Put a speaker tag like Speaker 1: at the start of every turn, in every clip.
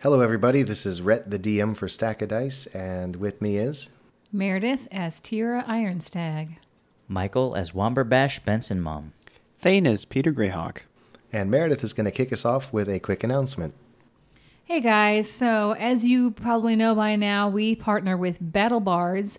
Speaker 1: Hello, everybody. This is Rhett, the DM for Stack of Dice, and with me is.
Speaker 2: Meredith as Tira Ironstag.
Speaker 3: Michael as Womberbash Benson Mom.
Speaker 4: Thane is Peter Greyhawk.
Speaker 1: And Meredith is going to kick us off with a quick announcement.
Speaker 2: Hey guys, so as you probably know by now, we partner with Battle Bards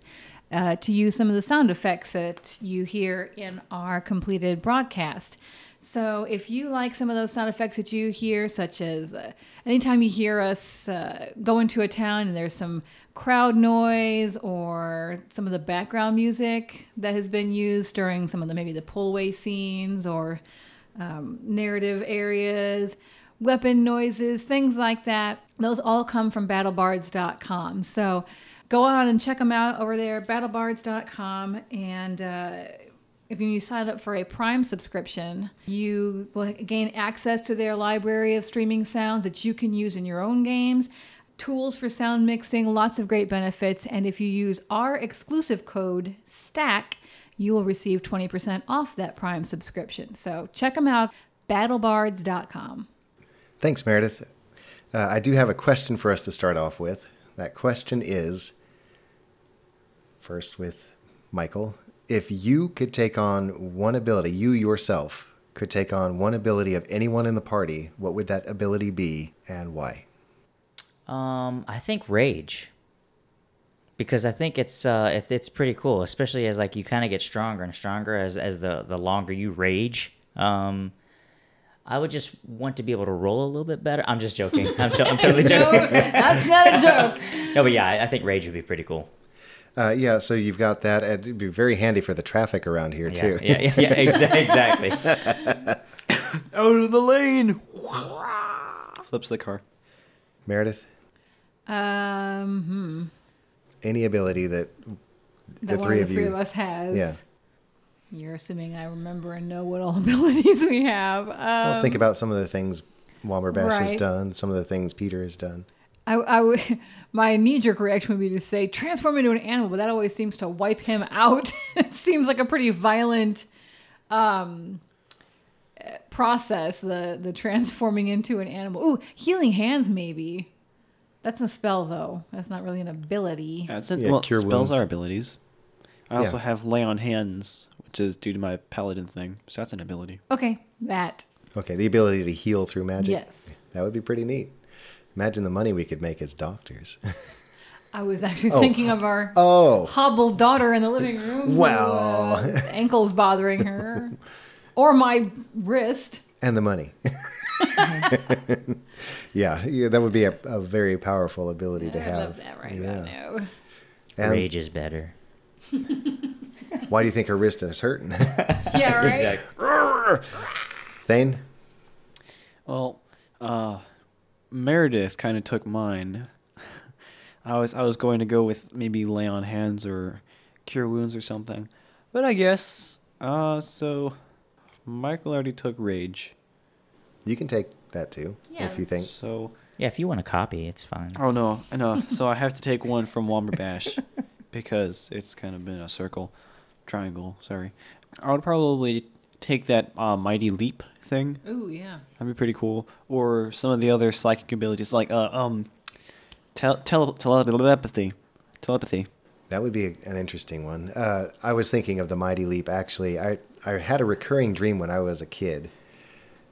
Speaker 2: uh, to use some of the sound effects that you hear in our completed broadcast. So if you like some of those sound effects that you hear, such as uh, anytime you hear us uh, go into a town and there's some crowd noise or some of the background music that has been used during some of the maybe the pullaway scenes or um, narrative areas, weapon noises, things like that. Those all come from battlebards.com. So go on and check them out over there, battlebards.com. And uh, if you sign up for a Prime subscription, you will gain access to their library of streaming sounds that you can use in your own games. Tools for sound mixing, lots of great benefits. And if you use our exclusive code STACK, you will receive 20% off that Prime subscription. So check them out, battlebards.com.
Speaker 1: Thanks, Meredith. Uh, I do have a question for us to start off with. That question is first with Michael. If you could take on one ability, you yourself could take on one ability of anyone in the party, what would that ability be and why?
Speaker 3: Um, I think Rage. Because I think it's uh, it, it's pretty cool, especially as like you kind of get stronger and stronger as as the the longer you rage. Um, I would just want to be able to roll a little bit better. I'm just joking. I'm, jo- I'm totally
Speaker 2: No,
Speaker 3: joking.
Speaker 2: that's not a joke.
Speaker 3: No, but yeah, I, I think Rage would be pretty cool.
Speaker 1: Uh, yeah, so you've got that. and It'd be very handy for the traffic around here,
Speaker 3: Yeah,
Speaker 1: too.
Speaker 3: yeah, yeah, yeah exa- exactly.
Speaker 4: Out of the lane! Flips the car.
Speaker 1: Meredith,
Speaker 2: Um, hmm.
Speaker 1: any ability that
Speaker 2: that
Speaker 1: the
Speaker 2: one
Speaker 1: three
Speaker 2: of
Speaker 1: of
Speaker 2: the three
Speaker 1: you.
Speaker 2: of us has.
Speaker 1: Yeah.
Speaker 2: You're assuming I remember and know what all abilities we have. Um,
Speaker 1: Well, think about some of the things Womberbash has
Speaker 2: right.
Speaker 1: done, some of the things Peter has done.
Speaker 2: I, I would, my knee jerk reaction would be to say transform into an animal, but that always seems to wipe him out. it seems like a pretty violent um, eh, process, the, the transforming into an animal. Ooh, healing hands, maybe. That's a spell, though. That's not really an ability.
Speaker 4: That's it.
Speaker 1: Yeah,
Speaker 4: well,
Speaker 1: cure wounds.
Speaker 4: spells are abilities. I also
Speaker 1: Yeah.
Speaker 4: have lay on hands, which is due to my paladin thing. So that's an ability.
Speaker 2: Okay, that.
Speaker 1: Okay, the ability to heal through magic.
Speaker 2: Yes.
Speaker 1: That would be pretty neat. Imagine the money we could make as doctors.
Speaker 2: I was actually thinking of our
Speaker 1: Oh,
Speaker 2: hobbled daughter in the living room. who,
Speaker 1: Well.
Speaker 2: uh, ankles bothering her, or my wrist.
Speaker 1: and the money. yeah, yeah, that would be a, a very powerful ability to have.
Speaker 2: I love that right about now.
Speaker 1: And
Speaker 3: Rage is better.
Speaker 1: why do you think her wrist is hurting?
Speaker 2: Yeah, right.
Speaker 1: Thane,
Speaker 4: Well, uh, Meredith kind of took mine. I was I was going to go with maybe lay on hands or cure wounds or something, but I guess uh so. Michael already took rage,
Speaker 1: you can take that too
Speaker 2: Yeah.
Speaker 1: if you think.
Speaker 4: so
Speaker 3: Yeah, if you want to copy, it's fine.
Speaker 1: Uh,
Speaker 4: oh no no. so I have to take one from Womberbash because it's kind of been a circle, triangle. Sorry, I would probably take that uh, mighty leap thing.
Speaker 2: Ooh, yeah.
Speaker 4: That'd be pretty cool. Or some of the other psychic abilities, like uh, um, tel- tele- telepathy. Telepathy.
Speaker 1: That would be an interesting one. Uh, I was thinking of the Mighty Leap. Actually, I I had a recurring dream when I was a kid,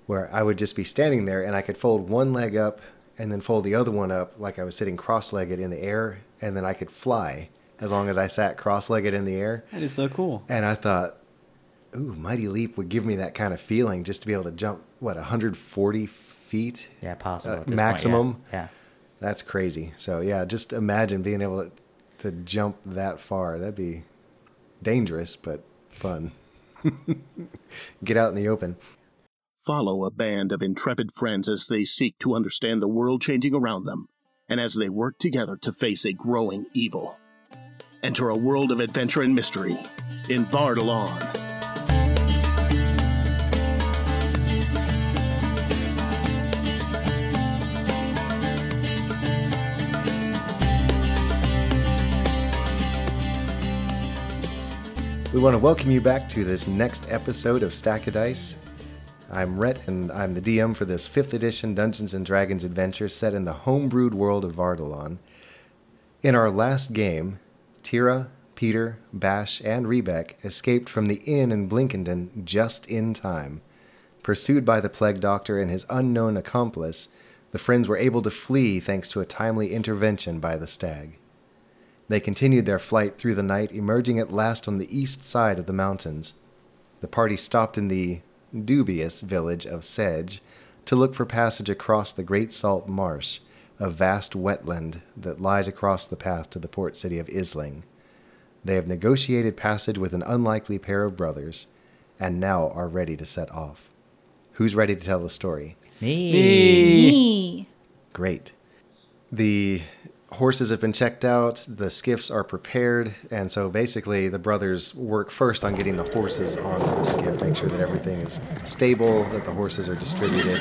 Speaker 1: where I would just be standing there and I could fold one leg up and then fold the other one up like I was sitting cross-legged in the air, and then I could fly as long as I sat cross-legged in the air.
Speaker 4: That is so cool.
Speaker 1: And I thought, ooh, Mighty Leap would give me that kind of feeling just to be able to jump what 140 feet.
Speaker 3: Yeah, possible.
Speaker 1: Uh,
Speaker 3: at this point, yeah.
Speaker 1: maximum.
Speaker 3: Yeah.
Speaker 1: That's crazy. So yeah, just imagine being able to, to jump that far. That'd be dangerous, but fun. Get out in the open.
Speaker 5: Follow a band of intrepid friends as they seek to understand the world changing around them and as they work together to face a growing evil. Enter a world of adventure and mystery in Bardalon.
Speaker 1: We want to welcome you back to this next episode of Stack of Dice. I'm Rhett, and I'm the DM for this 5th edition Dungeons & Dragons adventure set in the homebrewed world of Vardalon. In our last game, Tira, Peter, Bash, and Rebeck escaped from the inn in Blinkenden just in time. Pursued by the plague doctor and his unknown accomplice, the friends were able to flee thanks to a timely intervention by the stag. They continued their flight through the night, emerging at last on the east side of the mountains. The party stopped in the dubious village of Sedge to look for passage across the Great Salt Marsh, a vast wetland that lies across the path to the port city of Isling. They have negotiated passage with an unlikely pair of brothers and now are ready to set off. Who's ready to tell the story?
Speaker 3: Me.
Speaker 2: Me.
Speaker 1: Great. The horses have been checked out, the skiffs are prepared, and so basically the brothers work first on getting the horses onto the skiff, make sure that everything is stable, that the horses are distributed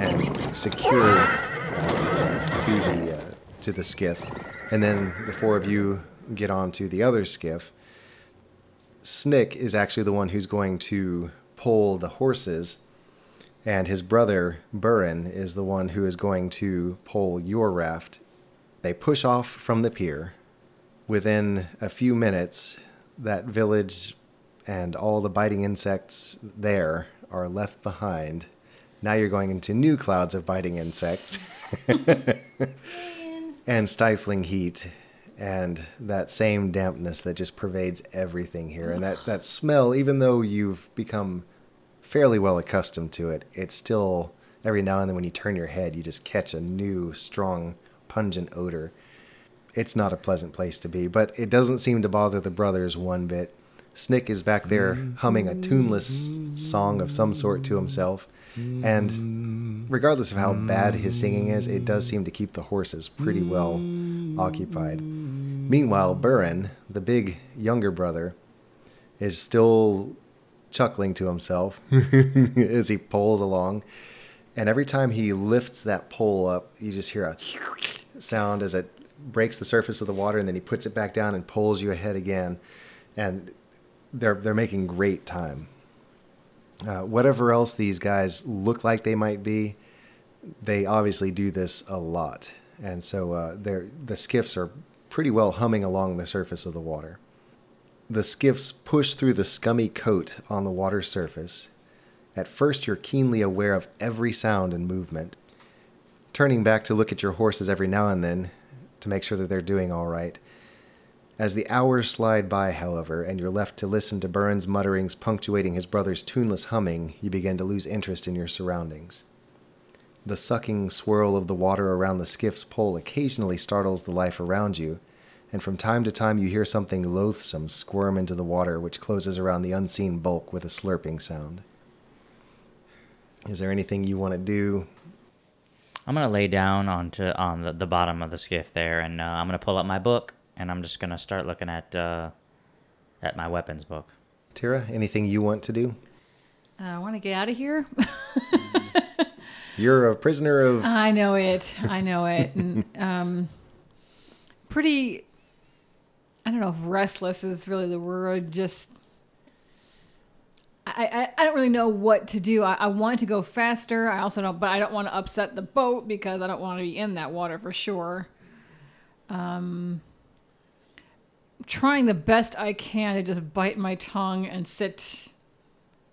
Speaker 1: and secure uh, to the uh, to the skiff. And then the four of you get onto the other skiff. Snick is actually the one who's going to pull the horses and his brother Burin is the one who is going to pole your raft. They push off from the pier. Within a few minutes, that village and all the biting insects there are left behind. Now you're going into new clouds of biting insects and stifling heat and that same dampness that just pervades everything here. And that, that smell, even though you've become fairly well accustomed to it, it's still every now and then when you turn your head, you just catch a new, strong, pungent odor. It's not a pleasant place to be, but it doesn't seem to bother the brothers one bit. Snick is back there humming a tuneless song of some sort to himself, and regardless of how bad his singing is, it does seem to keep the horses pretty well occupied. Meanwhile, Burin, the big younger brother, is still chuckling to himself as he pulls along. And every time he lifts that pole up, you just hear a sound as it breaks the surface of the water, and then he puts it back down and pulls you ahead again. And they're they're making great time. Uh, whatever else these guys look like they might be, they obviously do this a lot, and so uh, they're, the skiffs are pretty well humming along the surface of the water the skiffs push through the scummy coat on the water surface. At first, you're keenly aware of every sound and movement, turning back to look at your horses every now and then to make sure that they're doing all right. As the hours slide by, however, and you're left to listen to Burns' mutterings punctuating his brother's tuneless humming, you begin to lose interest in your surroundings. The sucking swirl of the water around the skiff's pole occasionally startles the life around you, and from time to time you hear something loathsome squirm into the water, which closes around the unseen bulk with a slurping sound. Is there anything you want to do?
Speaker 3: I'm gonna lay down onto on the, the bottom of the skiff there, and uh, I'm gonna pull up my book, and I'm just gonna start looking at uh, at my weapons book.
Speaker 1: Tira, anything you want to do?
Speaker 2: Uh, I want to get out of here.
Speaker 1: You're a prisoner of.
Speaker 2: I know it. I know it. And, um, pretty. I don't know if restless is really the word. Just. I, I, I don't really know what to do. I, I want to go faster. I also don't, but I don't want to upset the boat because I don't want to be in that water for sure. Um, trying the best I can to just bite my tongue and sit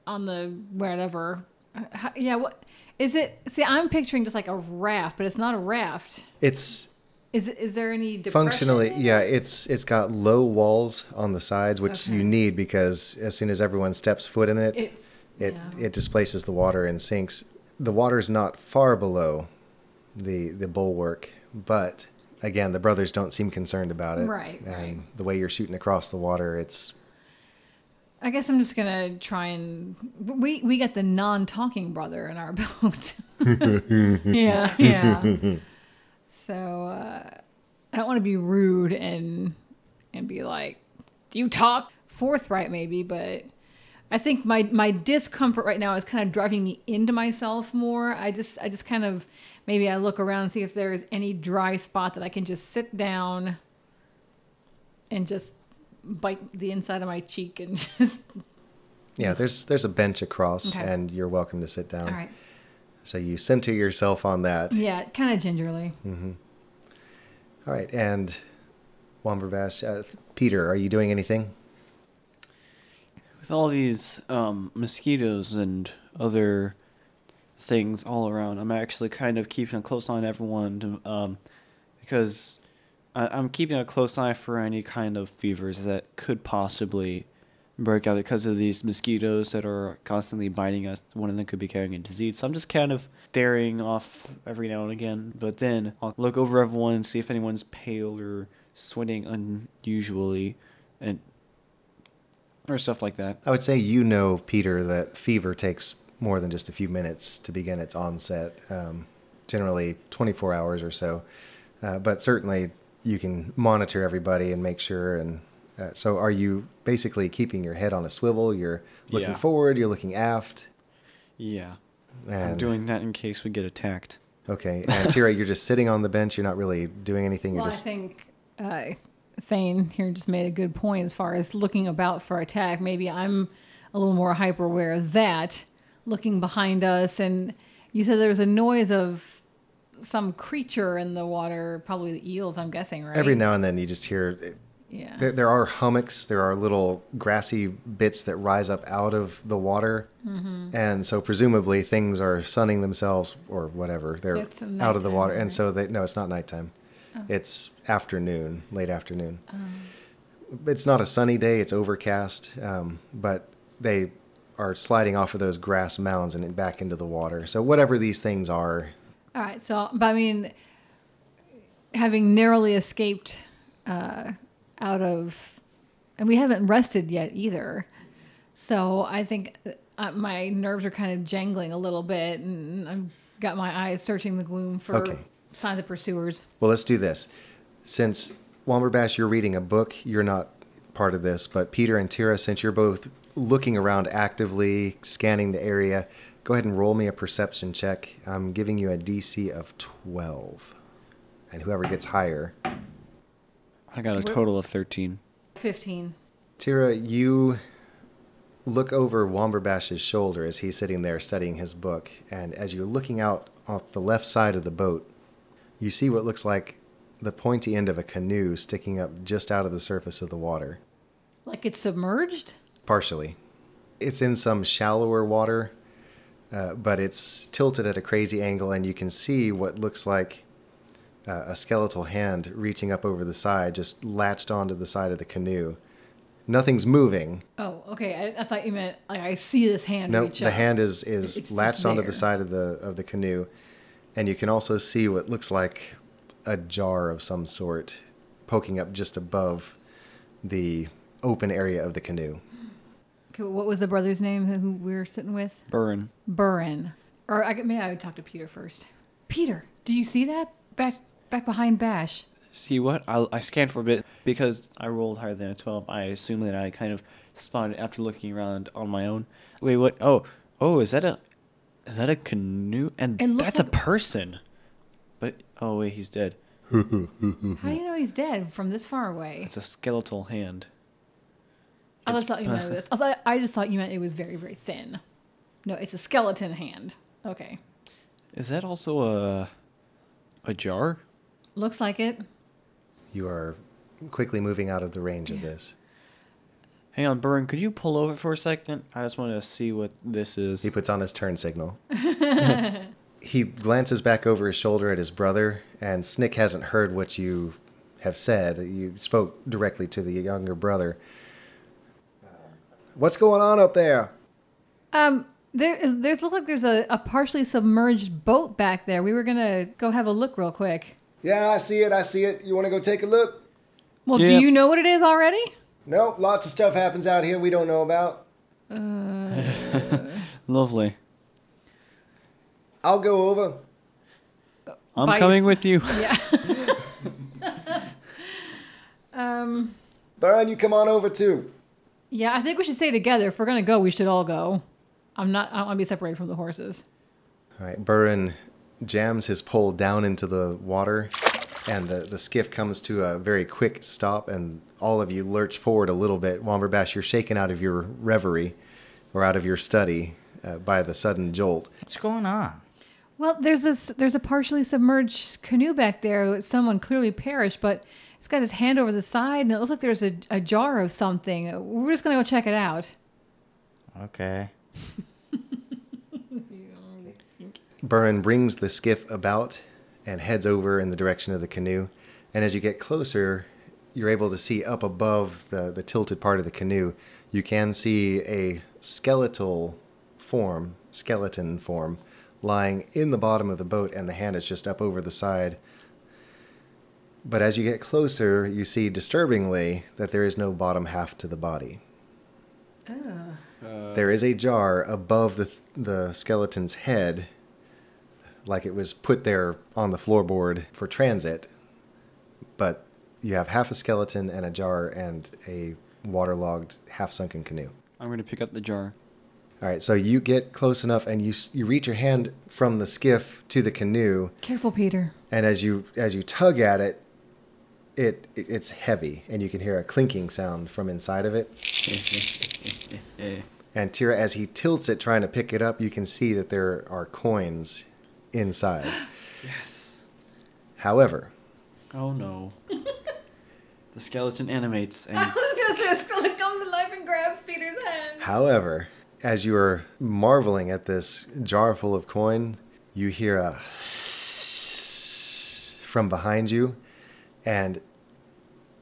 Speaker 2: on the wherever. Uh, how- Yeah, what is it? See, I'm picturing just like a raft, but it's not a raft.
Speaker 1: It's
Speaker 2: Is is there any depression
Speaker 1: functionally,
Speaker 2: in it?
Speaker 1: yeah. It's it's got low walls on the sides, which you need because as soon as everyone steps foot in it,
Speaker 2: It's
Speaker 1: it
Speaker 2: yeah.
Speaker 1: it displaces the water and sinks. The water's not far below the the bulwark, but again, the brothers don't seem concerned about it.
Speaker 2: Right,
Speaker 1: And
Speaker 2: right.
Speaker 1: the way you're shooting across the water, it's
Speaker 2: I guess I'm just gonna try and we we got the non-talking brother in our boat. yeah, yeah. So uh, I don't want to be rude and and be like, "Do you talk?" Forthright, maybe, but I think my my discomfort right now is kind of driving me into myself more. I just I just kind of maybe I look around and see if there's any dry spot that I can just sit down and just bite the inside of my cheek and just
Speaker 1: Yeah, there's there's a bench across,
Speaker 2: Okay.
Speaker 1: and you're welcome to sit down.
Speaker 2: All right.
Speaker 1: So you center yourself on that.
Speaker 2: Yeah, kind of gingerly.
Speaker 1: Mm-hmm.
Speaker 2: Mm-hmm.
Speaker 1: All right, and Womberbash, uh, Peter, are you doing anything?
Speaker 4: With all these um, mosquitoes and other things all around, I'm actually kind of keeping a close eye on everyone to, um, because I, I'm keeping a close eye for any kind of fevers that could possibly break out because of these mosquitoes that are constantly biting us. One of them could be carrying a disease. So I'm just kind of staring off every now and again, but then I'll look over everyone and see if anyone's pale or sweating unusually and or stuff like that.
Speaker 1: I would say you know, Peter, that fever takes more than just a few minutes to begin its onset, um, generally 24 hours or so. Uh, but certainly you can monitor everybody and make sure. And uh, so, are you basically keeping your head on a swivel? You're looking
Speaker 4: Yeah.
Speaker 1: forward, you're looking aft.
Speaker 4: Yeah. I'm
Speaker 1: And,
Speaker 4: doing that in case we get attacked.
Speaker 1: okay. And Tira, you're just sitting on the bench. You're not really doing anything. You're
Speaker 2: Well, I
Speaker 1: just
Speaker 2: think uh, Thane here just made a good point as far as looking about for attack. Maybe I'm a little more hyper aware of that, looking behind us. And you said there was a noise of some creature in the water, probably the eels, I'm guessing, right?
Speaker 1: every now and then you just hear
Speaker 2: Yeah.
Speaker 1: There, there are hummocks. There are little grassy bits that rise up out of the water,
Speaker 2: Mm-hmm.
Speaker 1: and so presumably things are sunning themselves or whatever. They're
Speaker 2: It's
Speaker 1: out of the
Speaker 2: nighttime,
Speaker 1: water, and
Speaker 2: right? Oh.
Speaker 1: so they no, it's not nighttime. It's afternoon, late afternoon.
Speaker 2: Oh.
Speaker 1: It's not a sunny day. It's overcast, um, but they are sliding off of those grass mounds and back into the water. So whatever these things are,
Speaker 2: All right. So, but I mean, having narrowly escaped uh, out of, and we haven't rested yet either. So I think uh, my nerves are kind of jangling a little bit, and I've got my eyes searching the gloom for
Speaker 1: Okay.
Speaker 2: signs of pursuers.
Speaker 1: Well, let's do this. Since Womberbash, you're reading a book, you're not part of this, but Peter and Tira, since you're both looking around actively, scanning the area, go ahead and roll me a perception check. I'm giving you a DC of 12. And whoever gets higher.
Speaker 4: I got a total of 13.
Speaker 2: Fifteen.
Speaker 1: Tira, you look over Womberbash's shoulder as he's sitting there studying his book, and as you're looking out off the left side of the boat, you see what looks like the pointy end of a canoe sticking up just out of the surface of the water,
Speaker 2: Like it's submerged.
Speaker 1: partially. It's in some shallower water, uh, but it's tilted at a crazy angle, and you can see what looks like uh, a skeletal hand reaching up over the side, just latched onto the side of the canoe. Nothing's moving,
Speaker 2: Oh, okay. I, I thought you meant like I see this hand.
Speaker 1: No,
Speaker 2: reach
Speaker 1: the
Speaker 2: up.
Speaker 1: hand is
Speaker 2: It's
Speaker 1: is
Speaker 2: just
Speaker 1: latched onto
Speaker 2: there.
Speaker 1: the side of the of the canoe, and you can also see what looks like a jar of some sort poking up just above the open area of the canoe.
Speaker 2: Okay, what was the brother's name who we were sitting with?
Speaker 4: Burn.
Speaker 2: Burren. Or I, maybe I would talk to Peter first. Peter, do you see that back back behind Bash?
Speaker 4: See what? I, I scanned for a bit because I rolled higher than a 12. I assume that I kind of spotted after looking around on my own. Wait, what? Oh, oh, is that a. Is that a canoe? And
Speaker 2: It looks
Speaker 4: that's
Speaker 2: like-
Speaker 4: a person. But oh wait, he's dead.
Speaker 2: How do you know he's dead from this far away?
Speaker 4: It's a skeletal hand.
Speaker 2: I just thought you meant it- I, thought, I just thought you meant it was very very thin. No, it's a skeleton hand. Okay,
Speaker 4: Is that also a a jar?
Speaker 2: looks like it.
Speaker 1: You are quickly moving out of the range of this.
Speaker 4: Hang on, Burn. Could you pull over for a second? I just want to see what this is.
Speaker 1: He puts on his turn signal. he glances back over his shoulder at his brother, and Snick hasn't heard what you have said. You spoke directly to the younger brother. What's going on up there?
Speaker 2: Um, there there's look like there's a, a partially submerged boat back there. We were gonna go have a look real quick.
Speaker 1: Yeah, I see it. I see it. You want to go take a look?
Speaker 2: Well,
Speaker 4: Yeah.
Speaker 2: do you know what it is already?
Speaker 1: Nope. Lots of stuff happens out here we don't know about.
Speaker 4: Lovely.
Speaker 1: I'll go over.
Speaker 4: I'm
Speaker 2: Bye,
Speaker 4: coming
Speaker 2: s-
Speaker 4: with you.
Speaker 2: Yeah. um.
Speaker 1: Burn, you come on over too.
Speaker 2: Yeah, I think we should stay together. If we're gonna go, we should all go. I'm not. I don't want to be separated from the horses.
Speaker 1: All right. Burren jams his pole down into the water, and the, the skiff comes to a very quick stop, and all of you lurch forward a little bit. Womberbash, you're shaken out of your reverie or out of your study uh, by the sudden jolt.
Speaker 3: What's going on?
Speaker 2: Well, there's this there's a partially submerged canoe back there. Someone clearly perished, but it's got his hand over the side, and it looks like there's a, a jar of something. We're just gonna go check it out.
Speaker 3: Okay.
Speaker 1: Burren brings the skiff about and heads over in the direction of the canoe. And as you get closer, you're able to see up above the, the tilted part of the canoe, you can see a skeletal form, skeleton form, lying in the bottom of the boat, and the hand is just up over the side. But as you get closer, you see disturbingly that there is no bottom half to the body. There is a jar above the, the skeleton's head, like it was put there on the floorboard for transit. But you have half a skeleton and a jar and a waterlogged, half sunken canoe.
Speaker 4: I'm gonna pick up the jar.
Speaker 1: All right, so you get close enough and you, s- you reach your hand from the skiff to the canoe,
Speaker 2: Careful, Peter.
Speaker 1: and as you as you tug at it, it, it it's heavy, and you can hear a clinking sound from inside of it.
Speaker 4: Eh.
Speaker 1: And Tira, as he tilts it, trying to pick it up, you can see that there are coins inside.
Speaker 4: Yes.
Speaker 1: However,
Speaker 4: Oh no. the skeleton animates and
Speaker 2: was gonna say, Skull comes alive and grabs Peter's hand.
Speaker 1: however, as you are marveling at this jar full of coin, you hear a from behind you, and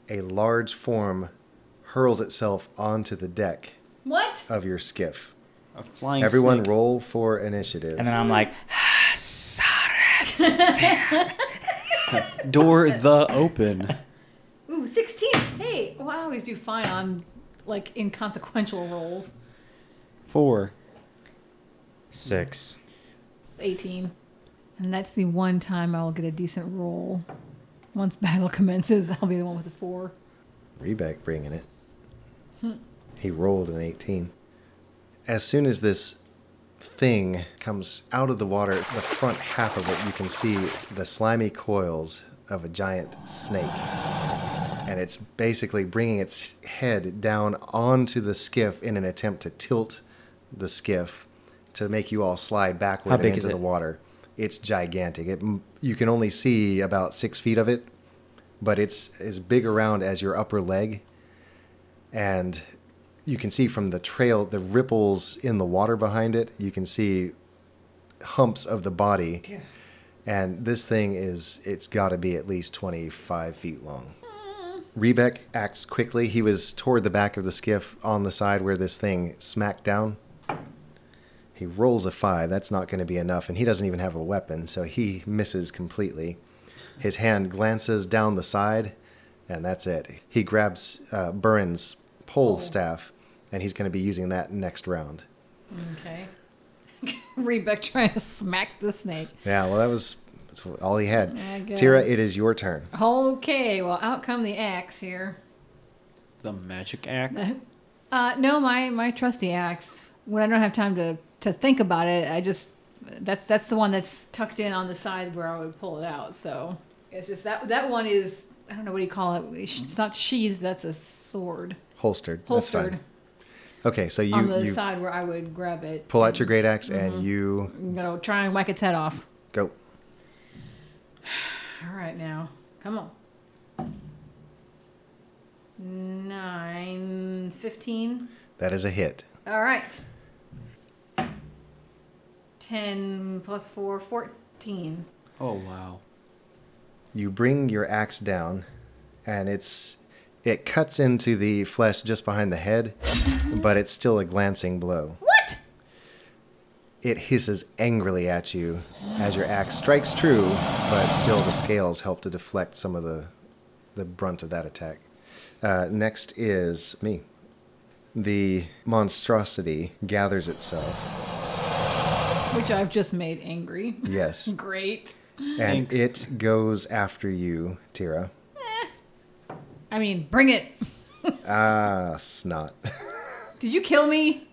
Speaker 1: a large form hurls itself onto the deck
Speaker 2: What?
Speaker 1: of your skiff.
Speaker 4: a flying.
Speaker 1: Everyone,
Speaker 4: snake.
Speaker 1: roll for initiative.
Speaker 3: And then I'm like,
Speaker 4: door the open.
Speaker 2: Ooh, 16. Hey, well, I always do fine on like inconsequential rolls.
Speaker 4: Four.
Speaker 3: six.
Speaker 2: 18. And that's the one time I will get a decent roll. Once battle commences, I'll be the one with the four.
Speaker 1: Rebeck bringing it. He rolled an 18. As soon as this thing comes out of the water, the front half of it, you can see the slimy coils of a giant snake. And it's basically bringing its head down onto the skiff in an attempt to tilt the skiff to make you all slide backward
Speaker 3: How
Speaker 1: and
Speaker 3: big
Speaker 1: into
Speaker 3: is
Speaker 1: the
Speaker 3: it?
Speaker 1: water. It's gigantic. It, you can only see about six feet of it, but it's as big around as your upper leg and you can see from the trail the ripples in the water behind it you can see humps of the body and this thing is it's got to be at least 25 feet long rebeck acts quickly he was toward the back of the skiff on the side where this thing smacked down he rolls a five that's not going to be enough and he doesn't even have a weapon so he misses completely his hand glances down the side, and that's it. He grabs uh, Burren's
Speaker 2: Oh.
Speaker 1: pole staff, and he's going to be using that next round.
Speaker 2: Okay. Rebecca trying to smack the snake.
Speaker 1: Yeah, well, that was that's all he had.
Speaker 2: I
Speaker 1: Tira,
Speaker 2: guess.
Speaker 1: it is your turn.
Speaker 2: Okay, well, out come the axe here.
Speaker 4: The magic axe.
Speaker 2: Uh, no, my my trusty axe. When I don't have time to to think about it, I just that's that's the one that's tucked in on the side where I would pull it out. So it's just that that one is I don't know what do you call it. It's not sheathed. That's a sword
Speaker 1: Holstered. Mm. That's
Speaker 2: holstered
Speaker 1: fine. Okay, so
Speaker 2: on
Speaker 1: you,
Speaker 2: the
Speaker 1: you
Speaker 2: side Mm-hmm. where I would grab it.
Speaker 1: pull out your great axe and you
Speaker 2: I'm gonna try and whack its head off.
Speaker 1: go.
Speaker 2: All right, now come on. Nine, fifteen.
Speaker 1: That is a hit.
Speaker 2: All right. 10 plus 4, 14.
Speaker 4: Oh wow.
Speaker 1: You bring your axe down, and it's it cuts into the flesh just behind the head, but it's still a glancing blow.
Speaker 2: What?
Speaker 1: It hisses angrily at you as your axe strikes true, but still the scales help to deflect some of the, the brunt of that attack. Uh, next is me. The monstrosity gathers itself.
Speaker 2: Which I've just made angry.
Speaker 1: Yes.
Speaker 2: Great.
Speaker 1: And
Speaker 4: Thanks.
Speaker 1: it goes after you, Tira.
Speaker 2: I mean, bring it.
Speaker 1: Ah, snot.
Speaker 2: Did you kill me?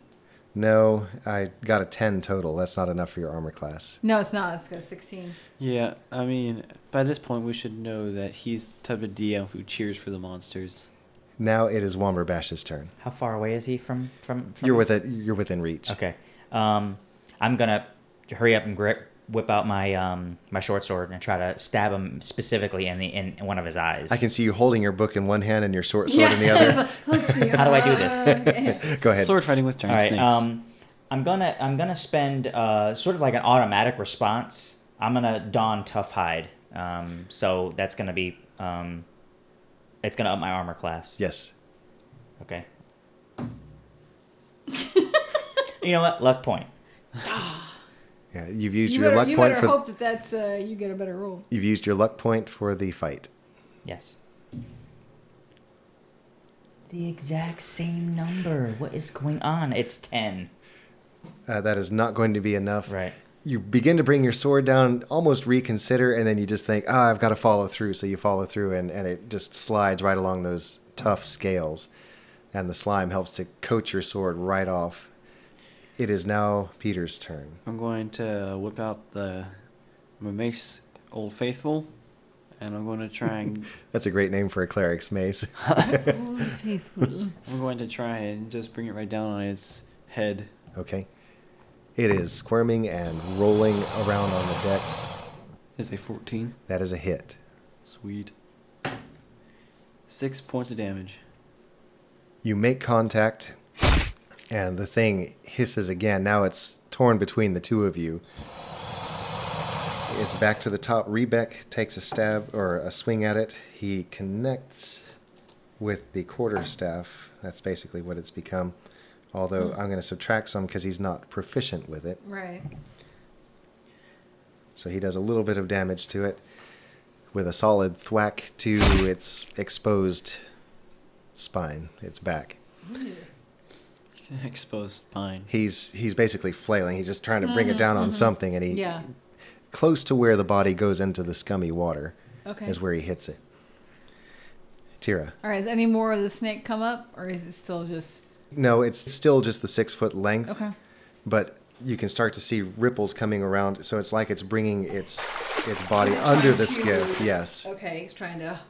Speaker 1: No, I got a 10 total. That's not enough for your armor class.
Speaker 2: No, it's not. It's got 16.
Speaker 4: Yeah, I mean, by this point we should know that he's the type of DM who cheers for the monsters.
Speaker 1: Now it is Walmer Bash's turn.
Speaker 3: How far away is he from from? from
Speaker 1: You're with it. You're within reach.
Speaker 3: Okay. Um, I'm gonna hurry up and grip, whip out my um my short sword and try to stab him specifically in the in one of his eyes.
Speaker 1: I can see you holding your book in one hand and your short sword
Speaker 2: Yeah.
Speaker 1: in the other.
Speaker 2: Let's see.
Speaker 3: How do I do this?
Speaker 1: Go ahead.
Speaker 4: Sword fighting with giant
Speaker 3: All right.
Speaker 4: snakes.
Speaker 3: Um, I'm gonna I'm gonna spend uh, sort of like an automatic response. I'm gonna don tough hide. Um, so that's gonna be um, it's gonna up my armor class.
Speaker 1: Yes.
Speaker 3: Okay. you know what? Luck point.
Speaker 1: Yeah, you've used
Speaker 2: You
Speaker 1: your
Speaker 2: better,
Speaker 1: luck
Speaker 2: you
Speaker 1: point for
Speaker 2: better hope that that's uh, you get a better roll.
Speaker 1: you've used your luck point for the fight.
Speaker 3: Yes. The exact same number. What is going on? It's ten.
Speaker 1: Uh, that is not going to be enough.
Speaker 3: Right.
Speaker 1: You begin to bring your sword down, almost reconsider, and then you just think, "Ah, I've got to follow through." So you follow through, and and it just slides right along those tough scales, and the slime helps to coat your sword right off. It is now Peter's turn.
Speaker 4: I'm going to whip out the my mace, Old Faithful, and I'm going to try and
Speaker 1: That's a great name for a cleric's mace.
Speaker 4: I'm going to try and just bring it right down on its head.
Speaker 1: okay. It is squirming and rolling around on the deck.
Speaker 4: Is a 14.
Speaker 1: That is a hit.
Speaker 4: Sweet. Six points of damage.
Speaker 1: You make contact, and the thing hisses again. Now it's torn between the two of you. It's back to the top. Rebeck takes a stab or a swing at it. He connects with the quarter staff. That's basically what it's become. Although I'm going to subtract some because he's not proficient with it.
Speaker 2: Right.
Speaker 1: So he does a little bit of damage to it with a solid thwack to its exposed spine, its back.
Speaker 4: Exposed spine.
Speaker 1: he's he's basically flailing. He's just trying to bring it down on something, and he
Speaker 2: Mm-hmm, Yeah.
Speaker 1: close to where the body goes into the scummy water
Speaker 2: Okay.
Speaker 1: is where he hits it. Tira.
Speaker 2: All right. Has any more of the snake come up, or is it still just
Speaker 1: No, it's still just the six foot length,
Speaker 2: okay?
Speaker 1: but you can start to see ripples coming around. So it's like it's bringing its its body under the
Speaker 2: trying to-
Speaker 1: skiff. Yes.
Speaker 2: Okay, he's trying to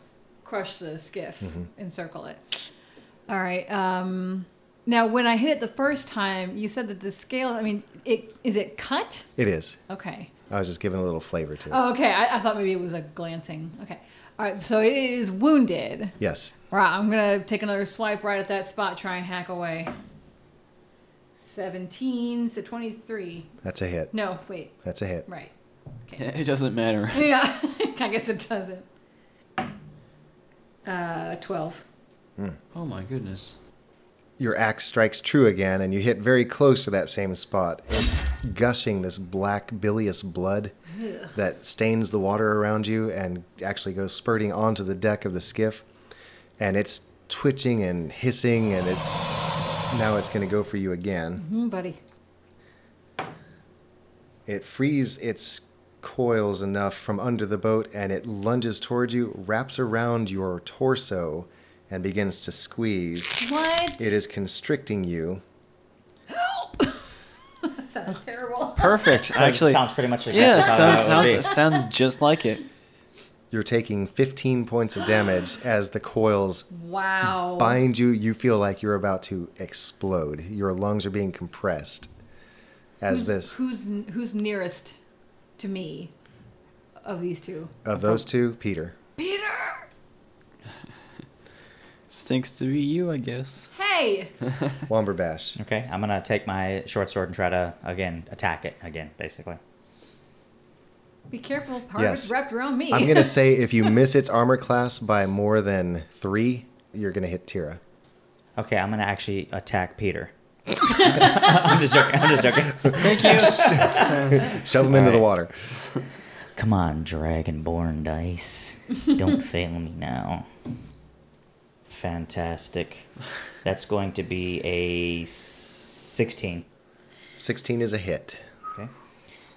Speaker 2: crush the skiff, encircle it. All right. Um, now, when I hit it the first time, you said that the scale. I mean, it is it cut?
Speaker 1: It is.
Speaker 2: Okay.
Speaker 1: I was just giving a little flavor to it.
Speaker 2: Oh, okay. I, I thought maybe it was a glancing. Okay. All right. So it is wounded.
Speaker 1: Yes.
Speaker 2: Right. I'm gonna take another swipe right at that spot. Try and hack away. Seventeen. So twenty-three.
Speaker 1: That's a hit.
Speaker 2: No, wait.
Speaker 1: That's a hit.
Speaker 2: Right.
Speaker 4: It doesn't matter.
Speaker 2: Yeah, I guess it doesn't. Uh, 12.
Speaker 4: Oh my goodness.
Speaker 1: your axe strikes true again, and you hit very close to that same spot. It's gushing this black, bilious blood that stains the water around you and actually goes spurting onto the deck of the skiff. And it's twitching and hissing, and it's now it's going to go for you again.
Speaker 2: Mm, buddy.
Speaker 1: It frees its coils enough from under the boat, and it lunges towards you, wraps around your torso, and begins to squeeze.
Speaker 2: What?
Speaker 1: It is constricting you.
Speaker 2: That sounds terrible.
Speaker 4: Perfect. Actually,
Speaker 3: sounds pretty much exactly how I
Speaker 4: yeah, sounds,
Speaker 3: thought it would
Speaker 4: sounds, sounds just like it.
Speaker 1: You're taking 15 points of damage as the coils
Speaker 2: Wow.
Speaker 1: bind you. You feel like you're about to explode. Your lungs are being compressed as this.
Speaker 2: Who's who's nearest to me of these two?
Speaker 1: Of those two, Peter.
Speaker 2: Peter.
Speaker 4: Stinks to be you, I guess.
Speaker 2: Hey.
Speaker 1: Womberbash.
Speaker 3: be. Okay, I'm gonna take my short sword and try to again attack it again, basically.
Speaker 2: Be careful. Part
Speaker 1: Yes.
Speaker 2: is wrapped around me.
Speaker 1: I'm going to say if you miss its armor class by more than three, you're going to hit Tira.
Speaker 3: Okay, I'm gonna actually attack Peter. I'm just joking. I'm just joking.
Speaker 1: Shove him into the
Speaker 3: right.
Speaker 1: water.
Speaker 3: Come on, Dragonborn dice. Don't fail me now. Fantastic. That's going to be a 16.
Speaker 1: 16 is a hit
Speaker 3: Okay.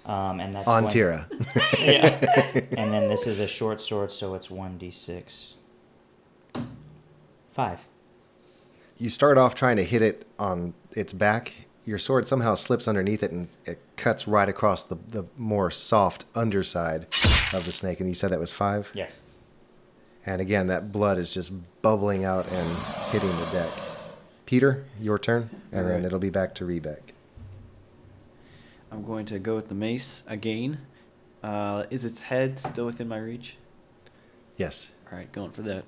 Speaker 3: Um, and that's
Speaker 1: on
Speaker 3: going-
Speaker 1: Tira.
Speaker 3: And then this is a short sword, so it's 1d6. Five.
Speaker 1: You start off trying to hit it on its back. Your sword somehow slips underneath it and it cuts right across the, the more soft underside of the snake. And you said that was five?
Speaker 3: Yes.
Speaker 1: And again, that blood is just bubbling out and hitting the deck. Peter, your turn, and then
Speaker 4: Alright.
Speaker 1: it'll be back to Rebeck.
Speaker 4: I'm going to go with the mace again. Uh, is its head still within my reach?
Speaker 1: Yes.
Speaker 4: All right, going for that.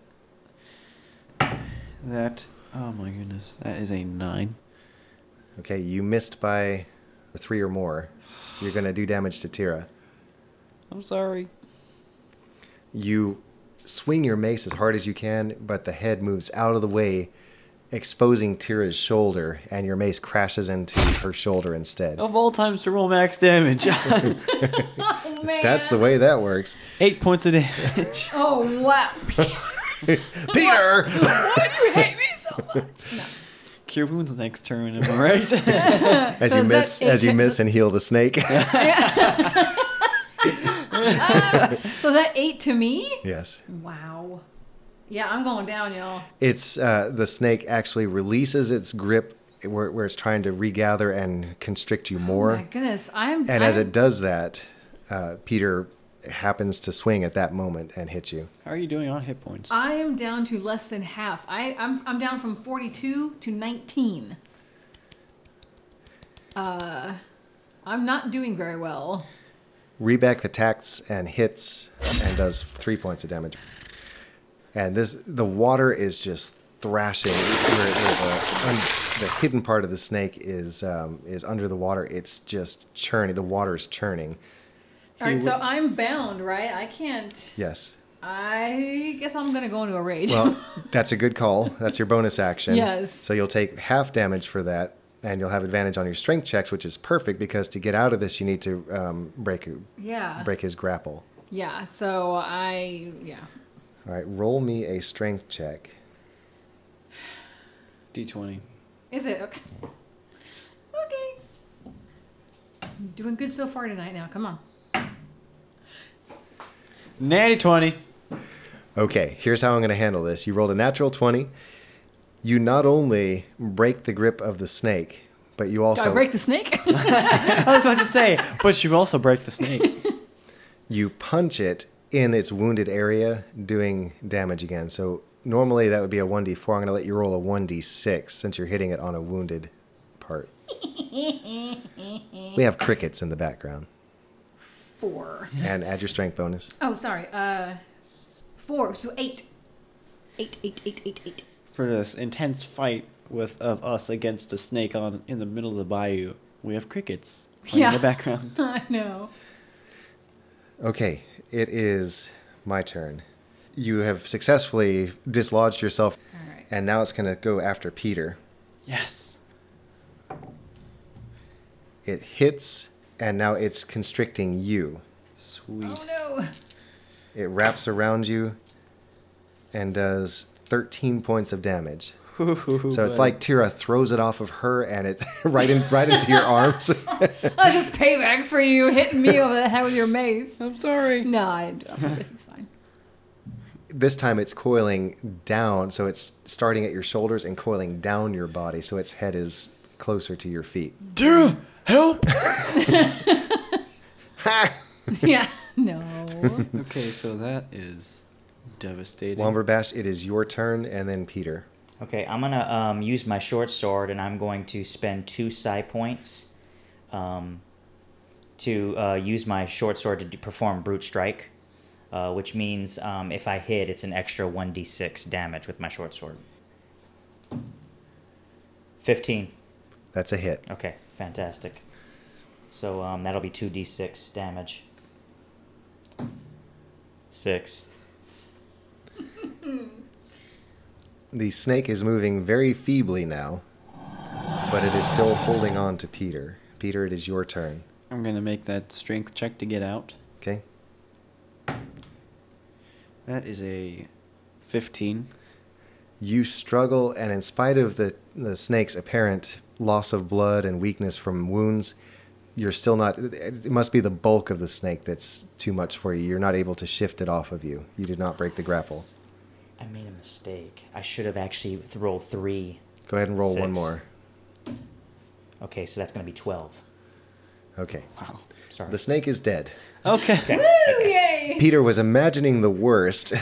Speaker 4: That. Oh my goodness, that is a nine.
Speaker 1: Okay, you missed by three or more. You're going to do damage to Tira.
Speaker 4: I'm sorry.
Speaker 1: You swing your mace as hard as you can, but the head moves out of the way, exposing Tira's shoulder, and your mace crashes into her shoulder instead.
Speaker 4: Of all times to roll max damage,
Speaker 2: Oh, man.
Speaker 1: That's the way that works.
Speaker 4: eight points of damage.
Speaker 2: Oh, wow.
Speaker 1: Peter!
Speaker 2: Why do you hate me so much? No.
Speaker 4: Cure wounds next turn. Am I right?
Speaker 1: As
Speaker 2: So
Speaker 1: you
Speaker 2: is that
Speaker 1: miss,
Speaker 2: eight
Speaker 1: as you
Speaker 2: turns-
Speaker 1: miss and heal the snake.
Speaker 2: So that eight to me?
Speaker 1: yes.
Speaker 2: Wow. Yeah, I'm going down, y'all.
Speaker 1: It's uh, the snake actually releases its grip where, where it's trying to regather and constrict you more.
Speaker 2: Oh My goodness, I'm.
Speaker 1: and as
Speaker 2: I'm-
Speaker 1: it does that, uh, Peter happens to swing at that moment and hit you.
Speaker 4: How are you doing on hit points?
Speaker 2: I am down to less than half. I, I'm, I'm down from 42 to 19. Uh, I'm not doing very well.
Speaker 1: Rebeck attacks and hits and does three points of damage. And this, the water is just thrashing where, where the, un, the hidden part of the snake is um, is under the water. It's just churning. The water is churning.
Speaker 2: All right, so I'm bound, right? I can't.
Speaker 1: Yes.
Speaker 2: I guess I'm gonna go into a rage.
Speaker 1: Well, that's a good call. That's your bonus action.
Speaker 2: Yes.
Speaker 1: So you'll take half damage for that, and you'll have advantage on your strength checks, which is perfect because to get out of this, you need to um, break
Speaker 2: yeah.
Speaker 1: break his grapple.
Speaker 2: Yeah. So I. Yeah.
Speaker 1: All right, roll me a strength check.
Speaker 4: D20.
Speaker 2: Is it okay? Okay. I'm doing good so far tonight. Now, come on.
Speaker 4: Natty 20.
Speaker 1: Okay, here's how I'm going to handle this. You rolled a natural 20. You not only break the grip of the snake, but you
Speaker 2: Do I
Speaker 1: also
Speaker 2: break the snake?
Speaker 4: I was about to say, but you also break the snake.
Speaker 1: you punch it in its wounded area, doing damage again. So normally that would be a 1d4. I'm going to let you roll a 1d6 since you're hitting it on a wounded part. we have crickets in the background.
Speaker 2: four.
Speaker 1: And add your strength bonus.
Speaker 2: Oh, sorry. Uh, four. So eight. Eight, eight, eight, eight, eight.
Speaker 4: For this intense fight with of us against a snake on in the middle of the bayou, we have crickets playing in
Speaker 2: Yeah.
Speaker 4: the background.
Speaker 2: I know.
Speaker 1: Okay, it is my turn. You have successfully dislodged yourself,
Speaker 2: All right.
Speaker 1: and now it's going to go after Peter.
Speaker 4: Yes.
Speaker 1: It hits, and now it's constricting you.
Speaker 4: Sweet.
Speaker 2: Oh no.
Speaker 1: It wraps around you and does 13 points of damage. so it's like Tira throws it off of her and it right in right into your arms.
Speaker 2: That's just payback for you hitting me over the head with your mace.
Speaker 4: I'm sorry.
Speaker 2: No, I don't. This is fine.
Speaker 1: this time it's coiling down, so it's starting at your shoulders and coiling down your body, so its head is closer to your feet.
Speaker 4: Tira, help!
Speaker 2: Yeah. No.
Speaker 4: okay, so that is devastating.
Speaker 1: Womberbash, it is your turn and then Peter.
Speaker 3: Okay, I'm gonna um, use my short sword, and I'm going to spend two psi points, um, to uh, use my short sword to d- perform brute strike, uh, which means um, if I hit, it's an extra one d six damage with my short sword. Fifteen.
Speaker 1: That's a hit.
Speaker 3: Okay, fantastic. So um, that'll be two d six damage. Six.
Speaker 1: The snake is moving very feebly now, but it is still holding on to Peter. Peter, it is your turn.
Speaker 4: I'm gonna make that strength check to get out.
Speaker 1: Okay?
Speaker 4: That is a 15.
Speaker 1: You struggle, and in spite of the, the snake's apparent loss of blood and weakness from wounds, you're still not. It it must be the bulk of the snake that's too much for you. You're not able to shift it off of you. You did not break the grapple.
Speaker 3: I made a mistake. I should have actually th- rolled three.
Speaker 1: Go ahead and roll one
Speaker 3: Six.
Speaker 1: more.
Speaker 3: Okay, so that's gonna be twelve.
Speaker 1: Okay.
Speaker 3: Sorry.
Speaker 1: The snake is dead.
Speaker 4: Okay.
Speaker 3: Okay.
Speaker 2: Yay! Yay!
Speaker 1: Peter was imagining the worst.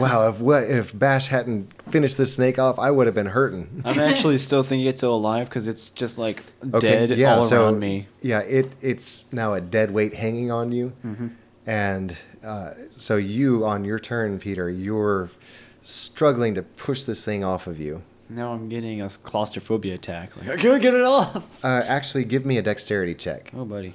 Speaker 1: wow, if what if Bash hadn't finished this snake off, I would have been hurting.
Speaker 4: I'm actually still thinking it's still alive because it's just like dead all around me.
Speaker 1: Yeah, it it's now a dead weight hanging on you,
Speaker 4: Mm-hmm.
Speaker 1: and uh, so you on your turn, Peter, you're struggling to push this thing off of you.
Speaker 4: Now I'm getting a claustrophobia attack. Like I can't get it off.
Speaker 1: Uh, actually, give me a dexterity check.
Speaker 4: Oh, buddy.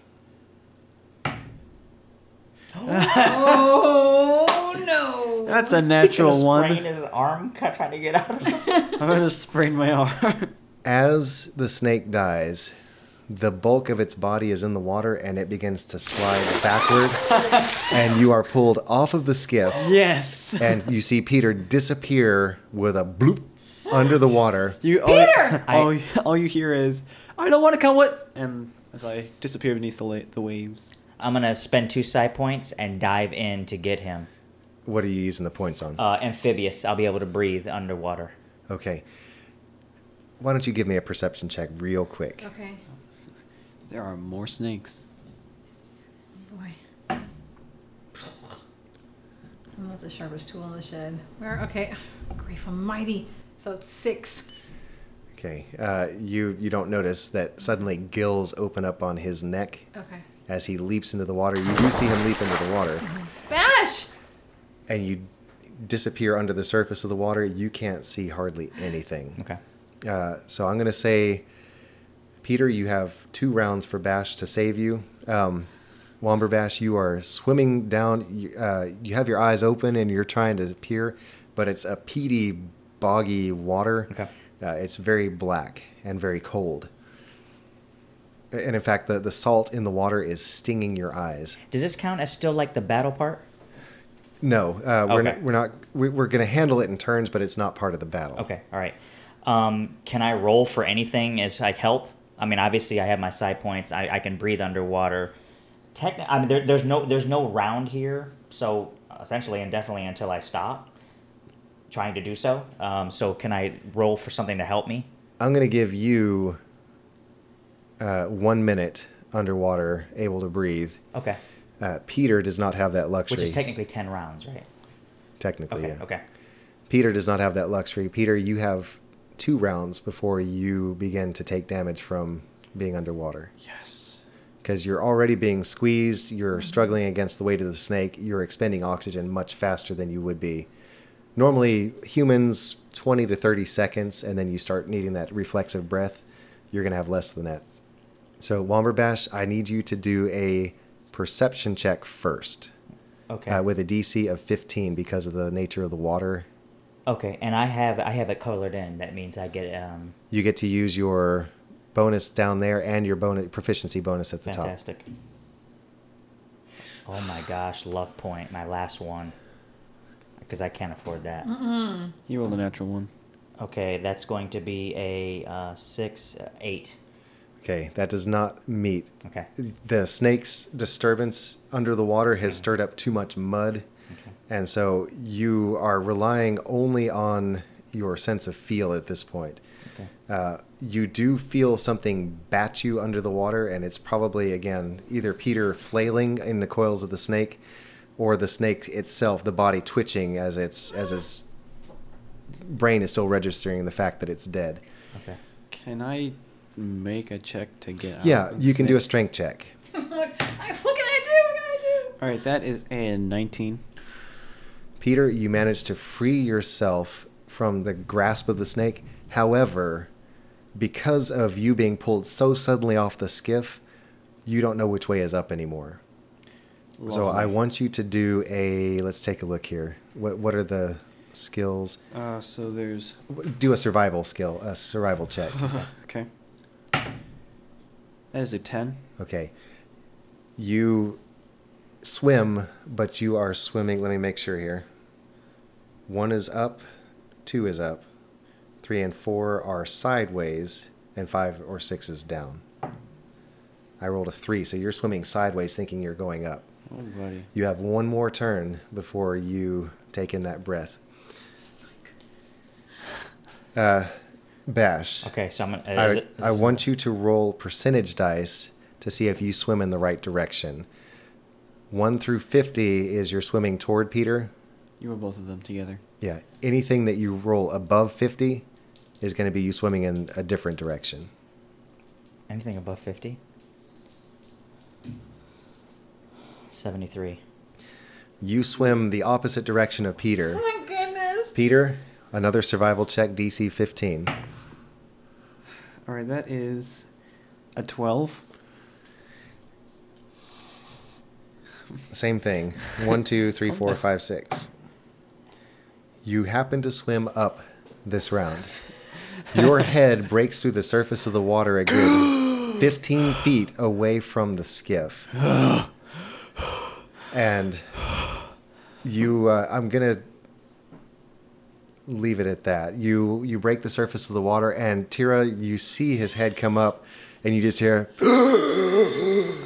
Speaker 2: Oh no!
Speaker 4: That's a natural one.
Speaker 3: his arm cut trying to get out of
Speaker 4: I'm gonna sprain my arm.
Speaker 1: As the snake dies, the bulk of its body is in the water and it begins to slide backward, and you are pulled off of the skiff.
Speaker 4: yes.
Speaker 1: and you see Peter disappear with a bloop under the water.
Speaker 4: You
Speaker 2: Peter!
Speaker 4: All, all, all you hear is I don't want to come with, and as I disappear beneath the la- the waves.
Speaker 3: I'm gonna spend two side points and dive in to get him.
Speaker 1: What are you using the points on?
Speaker 3: Uh, amphibious, I'll be able to breathe underwater.
Speaker 1: Okay. Why don't you give me a perception check real quick?
Speaker 2: Okay,
Speaker 4: There are more snakes.
Speaker 2: boy. I'm not the sharpest tool in the shed. Where? Okay, grief almighty. So it's six.
Speaker 1: Okay. Uh, you you don't notice that suddenly gills open up on his neck
Speaker 2: Okay.
Speaker 1: as he leaps into the water. You do see him leap into the water,
Speaker 2: Bash!
Speaker 1: and you disappear under the surface of the water. You can't see hardly anything.
Speaker 3: Okay.
Speaker 1: Uh, so I'm going to say, Peter, you have two rounds for Bash to save you. Um, Womber Bash, you are swimming down. You, uh, you have your eyes open and you're trying to peer, but it's a peaty, boggy water.
Speaker 3: Okay.
Speaker 1: Uh, it's very black and very cold. And in fact, the, the salt in the water is stinging your eyes.
Speaker 3: Does this count as still like the battle part?
Speaker 1: No, uh, we're,
Speaker 3: Okay.
Speaker 1: not, we're not. we- We're going to handle it in turns, but it's not part of the battle.
Speaker 3: Okay, all right. Um, can I roll for anything as like help? I mean, obviously, I have my side points. I, I can breathe underwater. Techni- I mean, there, there's no there's no round here, so uh, essentially indefinitely until I stop trying to do so. Um, so can I roll for something to help me?
Speaker 1: I'm going to give you uh, one minute underwater, able to breathe.
Speaker 3: Okay,
Speaker 1: Uh, Peter does not have that luxury.
Speaker 3: which is technically ten rounds, right?
Speaker 1: technically,
Speaker 3: Okay,
Speaker 1: yeah.
Speaker 3: okay.
Speaker 1: Peter does not have that luxury. Peter, you have two rounds before you begin to take damage from being underwater
Speaker 4: Yes.
Speaker 1: because you're already being squeezed. You're
Speaker 3: Mm-hmm.
Speaker 1: struggling against the weight of the snake. You're expending oxygen much faster than you would be. Normally, humans 20 to 30 seconds, and then you start needing that reflexive breath. You're going to have less than that. So, Womberbash, I need you to do a perception check first
Speaker 3: Okay.
Speaker 1: uh, with a DC of 15 because of the nature of the water.
Speaker 3: okay, and I have I have it colored in. That means I get um
Speaker 1: You get to use your bonus down there and your bonus proficiency bonus at the top.
Speaker 3: fantastic. Oh my gosh, luck point, my last one. Because I can't afford that.
Speaker 4: You rolled a natural one.
Speaker 3: Okay, that's going to be a uh, six, uh, eight.
Speaker 1: Okay, that does not meet.
Speaker 3: Okay.
Speaker 1: The snake's disturbance under the water has stirred up too much mud, and so you are relying only on your sense of feel at this point.
Speaker 3: Okay.
Speaker 1: Uh, you do feel something bat you under the water, and it's probably again either Peter flailing in the coils of the snake, or the snake itself, the body twitching as its as its brain is still registering the fact that it's dead.
Speaker 3: Okay.
Speaker 4: Can I make a check to get out?
Speaker 1: Yeah,
Speaker 4: of Uh, the
Speaker 1: you can do a
Speaker 4: snake?
Speaker 1: strength check.
Speaker 2: What can I do? What can I do?
Speaker 4: All right, that is a 19.
Speaker 1: Peter, you manage to free yourself from the grasp of the snake. However, because of you being pulled so suddenly off the skiff, you don't know which way is up anymore. So I
Speaker 4: Lovely.
Speaker 1: want you to do a. Let's take a look here. What what are the skills?
Speaker 4: Uh, so there's
Speaker 1: Do a survival skill, a survival check.
Speaker 4: okay. That is a 10.
Speaker 1: Okay. You swim, but you are swimming. Let me make sure here. One is up, two is up, three and four are sideways, and five or six is down. I rolled a three, so you're swimming sideways thinking you're going up.
Speaker 4: Oh, buddy.
Speaker 1: You have one more turn before you take in that breath. Uh, Bash.
Speaker 3: Okay, so I'm gonna. Uh, is
Speaker 1: I,
Speaker 3: it-
Speaker 1: I want you to roll percentage dice to see if you swim in the right direction. 1 through 50 is your swimming toward Peter.
Speaker 4: You were both of them together.
Speaker 1: Yeah, anything that you roll above 50 is going to be you swimming in a different direction.
Speaker 3: Anything above 50? 73.
Speaker 1: You swim the opposite direction of Peter.
Speaker 2: Oh my goodness.
Speaker 1: Peter, another survival check, DC 15.
Speaker 4: All right, that is a 12.
Speaker 1: Same thing. One, two, three, four, five, six. You happen to swim up this round. Your head breaks through the surface of the water a good 15 feet away from the skiff. And you, uh, I'm going to leave it at that. You, you break the surface of the water, and Tira, you see his head come up, and you just hear,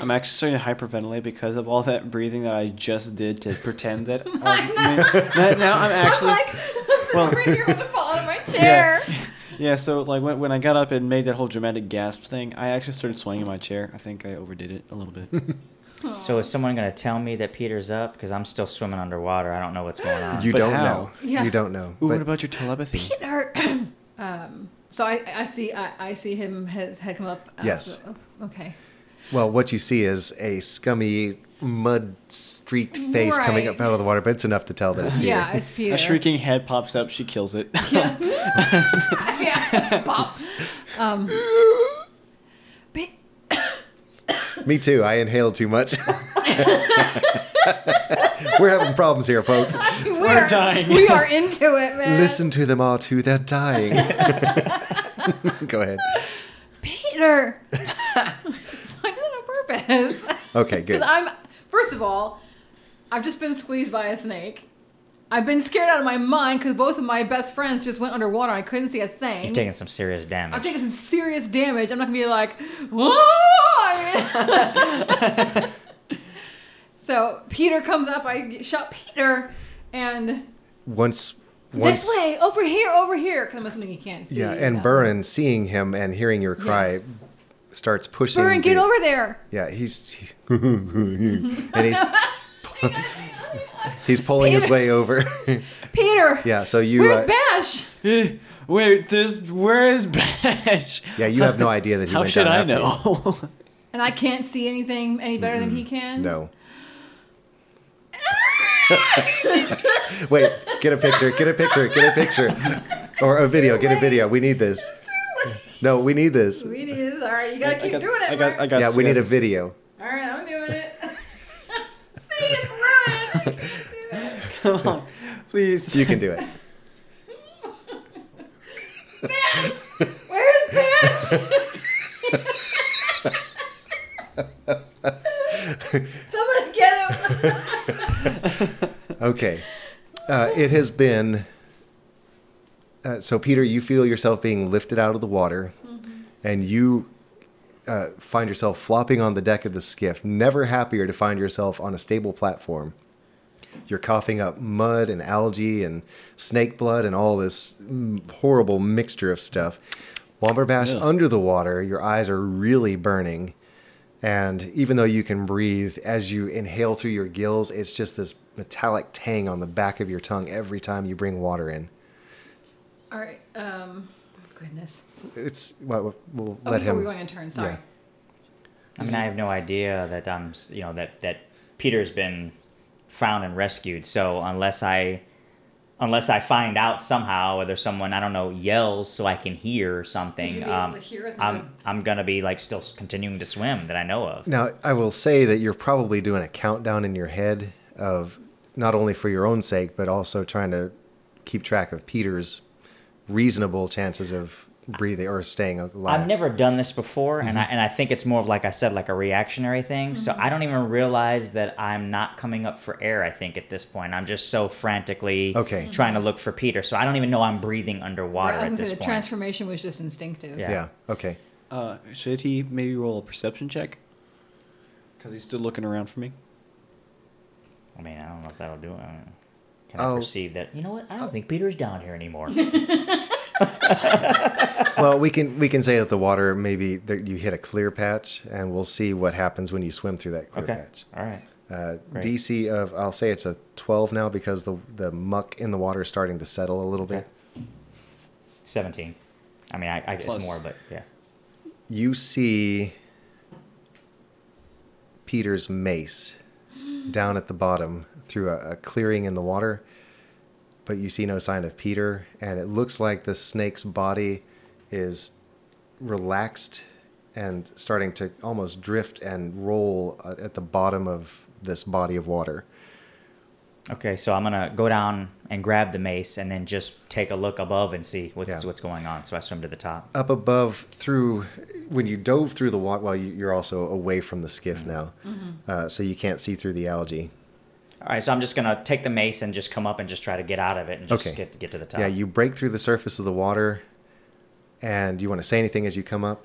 Speaker 4: I'm actually starting to hyperventilate because of all that breathing that I just did to pretend that. um, now I'm actually.
Speaker 2: like, I'm sitting
Speaker 4: Well-
Speaker 2: right here about to fall out of my chair.
Speaker 4: Yeah, so like when, when I got up and made that whole dramatic gasp thing, I actually started swaying in my chair. I think I overdid it a little bit.
Speaker 3: So is someone going to tell me that Peter's up? Because I'm still swimming underwater. I don't know what's going on.
Speaker 1: You
Speaker 4: But
Speaker 1: don't
Speaker 4: how?
Speaker 1: know.
Speaker 2: Yeah.
Speaker 1: You don't know.
Speaker 4: Ooh,
Speaker 1: But-
Speaker 4: what about your telepathy?
Speaker 2: Or, um, so I, I see I, I see him his head come up. uh,
Speaker 1: Yes.
Speaker 2: so- okay.
Speaker 1: Well, what you see is a scummy, mud streaked face coming up
Speaker 2: Right.
Speaker 1: out of the water, but it's enough to tell that it's Peter.
Speaker 2: Yeah, it's Peter.
Speaker 4: A shrieking head pops up. She kills it.
Speaker 2: yeah, bops. Um, but
Speaker 1: Me too. I inhaled too much. We're having problems here, folks.
Speaker 2: we're,
Speaker 4: dying.
Speaker 2: We are into it, man.
Speaker 1: Listen to them, R2. They're dying. Go ahead.
Speaker 2: Peter. I did it on purpose.
Speaker 1: Okay, good.
Speaker 2: Because I'm, first of all, I've just been squeezed by a snake. I've been scared out of my mind because both of my best friends just went underwater. I couldn't see a thing.
Speaker 3: You're taking some serious damage.
Speaker 2: I'm taking some serious damage. I'm not gonna be like, "Whoa!" so Peter comes up. I get- shot Peter, and
Speaker 1: Once. Once,
Speaker 2: this way, over here, over here. Because I'm assuming he can't see.
Speaker 1: Yeah, and
Speaker 2: that.
Speaker 1: Burren, seeing him and hearing your cry,
Speaker 2: Yeah.
Speaker 1: starts pushing.
Speaker 2: Burren, get
Speaker 1: the-
Speaker 2: over there.
Speaker 1: Yeah, he's he, and he's he's pulling his way over.
Speaker 2: Peter.
Speaker 1: yeah, so you
Speaker 2: Where's
Speaker 1: uh,
Speaker 2: Bash?
Speaker 4: Eh, Wait, this where is Bash?
Speaker 1: yeah you have no idea that he
Speaker 4: How
Speaker 1: went
Speaker 4: should
Speaker 1: down
Speaker 4: I
Speaker 1: after you.
Speaker 4: know?
Speaker 2: And I can't see anything any better than he can.
Speaker 1: No. Wait, get a picture. Get a picture. Get a picture, or a video. Get a video. We need this. No, we need this.
Speaker 2: We need this. All right, you gotta keep
Speaker 4: I got,
Speaker 2: doing it.
Speaker 4: I got, I
Speaker 2: Mark.
Speaker 4: got
Speaker 1: Yeah, we need a
Speaker 4: skills.
Speaker 1: video.
Speaker 2: All right, I'm doing it. see, it's ruined. I can't do it.
Speaker 4: Please.
Speaker 1: You can do it.
Speaker 2: Where's Bash? Somebody get him.
Speaker 1: Okay. Uh, it has been. Uh, so, Peter, you feel yourself being lifted out of the water, and you uh, find yourself flopping on the deck of the skiff, never happier to find yourself on a stable platform. You're coughing up mud and algae and snake blood and all this mm, horrible mixture of stuff. Womberbash
Speaker 4: Ugh.
Speaker 1: under the water, your eyes are really burning. And even though you can breathe, as you inhale through your gills, it's just this metallic tang on the back of your tongue every time you bring water in.
Speaker 2: All right. Um. Goodness.
Speaker 1: It's well, we'll
Speaker 2: Oh,
Speaker 1: let
Speaker 2: we- oh,
Speaker 1: him.
Speaker 2: we're going in turn. Sorry.
Speaker 1: Yeah.
Speaker 3: I mean, I have no idea that I'm, s- you know, that that Peter's been found and rescued. So unless I, unless I find out somehow, whether someone I don't know yells so I can hear something, um,
Speaker 2: Would you be able to hear us?
Speaker 3: I'm I'm gonna be like still s- continuing to swim that I know of.
Speaker 1: Now, I will say that you're probably doing a countdown in your head of not only for your own sake, but also trying to keep track of Peter's reasonable chances of breathing or staying alive.
Speaker 3: I've never done this before, and I
Speaker 1: Mm-hmm.
Speaker 3: and I think it's more of like I said, like a reactionary thing. So
Speaker 2: Mm-hmm.
Speaker 3: I don't even realize that I'm not coming up for air. I think at this point, I'm just so frantically
Speaker 1: Okay.
Speaker 3: trying to look for Peter. So I don't even know I'm breathing
Speaker 2: Mm-hmm. I
Speaker 3: underwater
Speaker 2: was
Speaker 3: at
Speaker 2: gonna
Speaker 3: this
Speaker 2: say the
Speaker 3: point.
Speaker 2: transformation was just instinctive.
Speaker 3: Yeah.
Speaker 1: yeah. Okay.
Speaker 4: Uh, should he maybe roll a perception check? Because he's still looking around for me.
Speaker 3: I mean, I don't know if that'll do it. I don't know. Can
Speaker 1: Oh.
Speaker 3: I perceive that? You know what? I don't think Peter's down here anymore.
Speaker 1: well, we can we can say that the water maybe that you hit a clear patch, and we'll see what happens when you swim through that clear
Speaker 3: okay.
Speaker 1: patch.
Speaker 3: All right.
Speaker 1: Uh, DC of I'll say it's a 12 now because the the muck in the water is starting to settle a little bit.
Speaker 3: 17. I mean, I, I it's
Speaker 4: Plus-
Speaker 3: more, but yeah.
Speaker 1: You see Peter's mace down at the bottom through a, a clearing in the water, but you see no sign of Peter, and it looks like the snake's body is relaxed and starting to almost drift and roll uh, at the bottom of this body of water.
Speaker 3: Okay, so I'm gonna go down and grab the mace, and then just take a look above and see what's
Speaker 1: Yeah.
Speaker 3: what's going on. So I swim to the top.
Speaker 1: up above through when you dove through the water well you, you're also away from the skiff now uh, so you can't see through the algae
Speaker 3: All right, so I'm just gonna take the mace and just come up and just try to get out of it and just
Speaker 1: Okay.
Speaker 3: get get to the top.
Speaker 1: yeah you break through the surface of the water and you want to say anything as you come up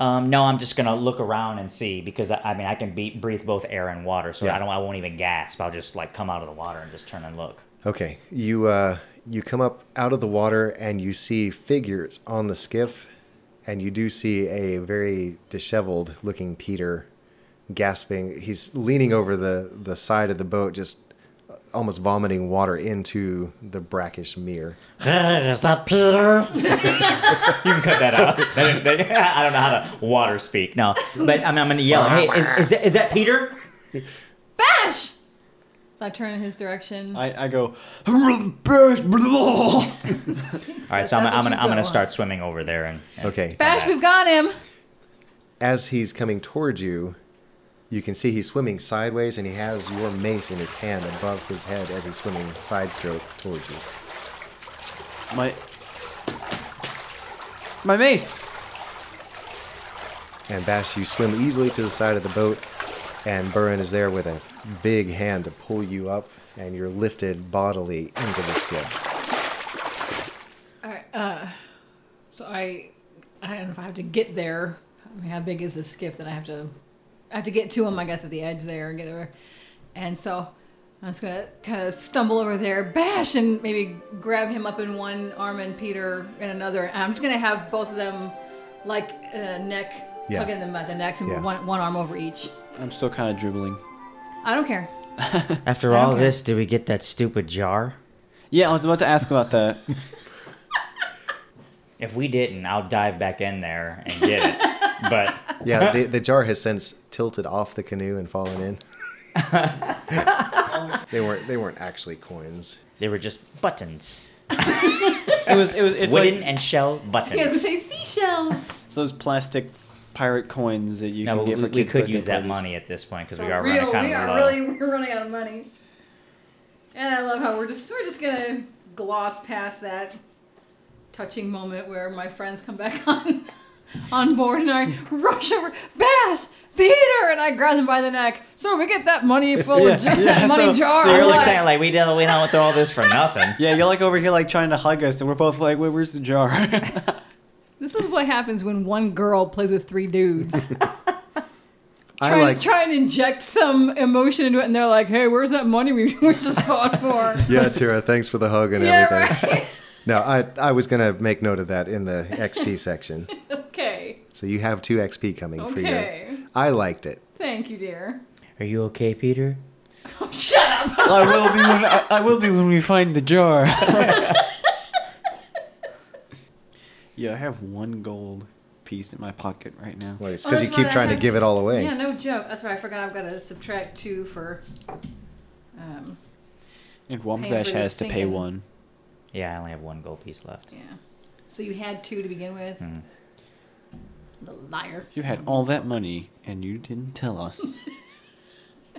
Speaker 3: Um, no, I'm just gonna look around and see because I, I mean I can be, breathe both air and water, so
Speaker 1: Yeah.
Speaker 3: I don't I won't even gasp. I'll just like come out of the water and just turn and look.
Speaker 1: okay you uh, you come up out of the water and you see figures on the skiff and you do see a very disheveled looking peter gasping he's leaning over the the side of the boat just uh, almost vomiting water into the brackish mirror
Speaker 3: Is that Peter? you can cut that out. That- that- I don't know how to water speak. No, but I'm, I'm gonna yell. Hey, is, is, that, is that Peter?
Speaker 2: Bash! So I turn in his direction.
Speaker 4: I, I go,
Speaker 3: All right, so
Speaker 2: That's
Speaker 3: I'm,
Speaker 2: what
Speaker 3: I'm gonna
Speaker 2: you
Speaker 3: I'm
Speaker 2: go
Speaker 3: gonna
Speaker 2: on.
Speaker 3: start swimming over there and. and
Speaker 1: okay
Speaker 2: Bash, we've got him.
Speaker 1: as he's coming towards you, you can see he's swimming sideways and he has your mace in his hand above his head as he's swimming side stroke towards you.
Speaker 4: my, my mace.
Speaker 1: And Bash, you swim easily to the side of the boat, and Burren is there with a big hand to pull you up, and you're lifted bodily into the skiff.
Speaker 2: So I, I don't know if I have to get there. I mean, how big is this skiff that I have to, I have to get to him? I guess at the edge there and get over. And so I'm just gonna kind of stumble over there, bash, and maybe grab him up in one arm and Peter in another. And I'm just gonna have both of them, like uh, neck,
Speaker 1: Yeah.
Speaker 2: hugging them by the necks, and
Speaker 1: Yeah.
Speaker 2: one one arm over each.
Speaker 4: I'm still kind of dribbling.
Speaker 2: I don't care.
Speaker 3: After all
Speaker 2: Okay.
Speaker 3: this, did we get that stupid jar?
Speaker 4: Yeah, I was about to ask about that.
Speaker 3: If we didn't, I'll dive back in there and get it. but
Speaker 1: Yeah, the, the jar has since tilted off the canoe and fallen in. they weren't they weren't actually coins.
Speaker 3: they were just buttons,
Speaker 4: It was, it was, it's
Speaker 3: wooden
Speaker 4: like
Speaker 3: and shell
Speaker 2: Yeah,
Speaker 3: buttons.
Speaker 2: say seashells.
Speaker 4: it's those plastic pirate coins that you
Speaker 3: No,
Speaker 4: can
Speaker 3: we,
Speaker 4: get for
Speaker 3: we
Speaker 4: kids'
Speaker 3: could
Speaker 4: birthday
Speaker 3: use that
Speaker 4: parties.
Speaker 3: money at this point because we
Speaker 2: For
Speaker 3: are
Speaker 2: real,
Speaker 3: running kind
Speaker 2: we
Speaker 3: of
Speaker 2: are
Speaker 3: low.
Speaker 2: really we're running out of money. And I love how we're just we're just gonna gloss past that touching moment where my friends come back on on board and I rush over Bash Peter and I grab them by the neck. So we get that money full of jar,
Speaker 4: yeah,
Speaker 2: money
Speaker 4: so-
Speaker 2: jar.
Speaker 4: so
Speaker 2: I'm
Speaker 3: You're really
Speaker 2: like,
Speaker 3: saying like we don't we don't throw all this for nothing.
Speaker 4: Yeah, you're like over here like trying to hug us, and we're both like, wait, where's the jar?
Speaker 2: this is what happens when one girl plays with three dudes.
Speaker 1: I
Speaker 2: Try,
Speaker 1: like
Speaker 2: try and inject some emotion into it, and they're like, "Hey, where's that money we we just fought for?"
Speaker 1: Yeah, Tara, thanks for the hug and
Speaker 2: yeah,
Speaker 1: everything.
Speaker 2: right.
Speaker 1: No, I, I was going to make note of that in the XP section.
Speaker 2: Okay,
Speaker 1: So you have two XP coming for
Speaker 2: okay.
Speaker 1: you. I liked it.
Speaker 2: Thank you, dear.
Speaker 3: Are you okay, Peter?
Speaker 2: Shut up!
Speaker 4: I will be when I, I will be when we find the jar. yeah, I have one gold piece in my pocket right now.
Speaker 1: Well, it's
Speaker 2: Oh,
Speaker 1: because
Speaker 2: that's
Speaker 1: you keep
Speaker 2: what I
Speaker 1: trying to
Speaker 2: had
Speaker 1: give
Speaker 2: to-
Speaker 1: it all away.
Speaker 2: Yeah, no joke. That's right. I forgot I've got to subtract two for. Um,
Speaker 4: And
Speaker 2: Paying
Speaker 4: Wombash
Speaker 2: for this
Speaker 4: has to pay
Speaker 2: thinking.
Speaker 4: one.
Speaker 3: Yeah, I only have one gold piece left.
Speaker 2: yeah. So you had two to begin with.
Speaker 4: Hmm.
Speaker 2: The liar.
Speaker 4: You had all that money and you didn't tell us.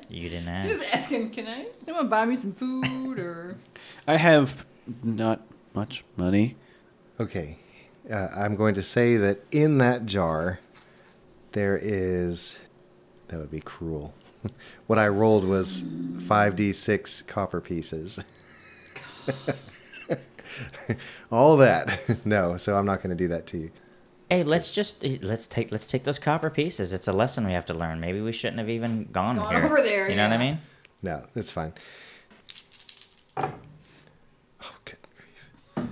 Speaker 3: You didn't
Speaker 2: Just
Speaker 3: ask.
Speaker 2: ask him, can I? Someone buy me some food or.
Speaker 4: I have not much money.
Speaker 1: Okay. Uh, I'm going to say that in that jar, there is. That would be cruel. what I rolled was 5d6 copper pieces. all that. no, so I'm not going to do that to you.
Speaker 3: Hey, let's just eh, let's take let's take those copper pieces. It's a lesson we have to learn. Maybe we shouldn't have even gone,
Speaker 2: Gone
Speaker 3: here.
Speaker 2: over there,
Speaker 3: You know what I
Speaker 2: yeah.
Speaker 3: mean?
Speaker 1: No, it's fine. Oh, good.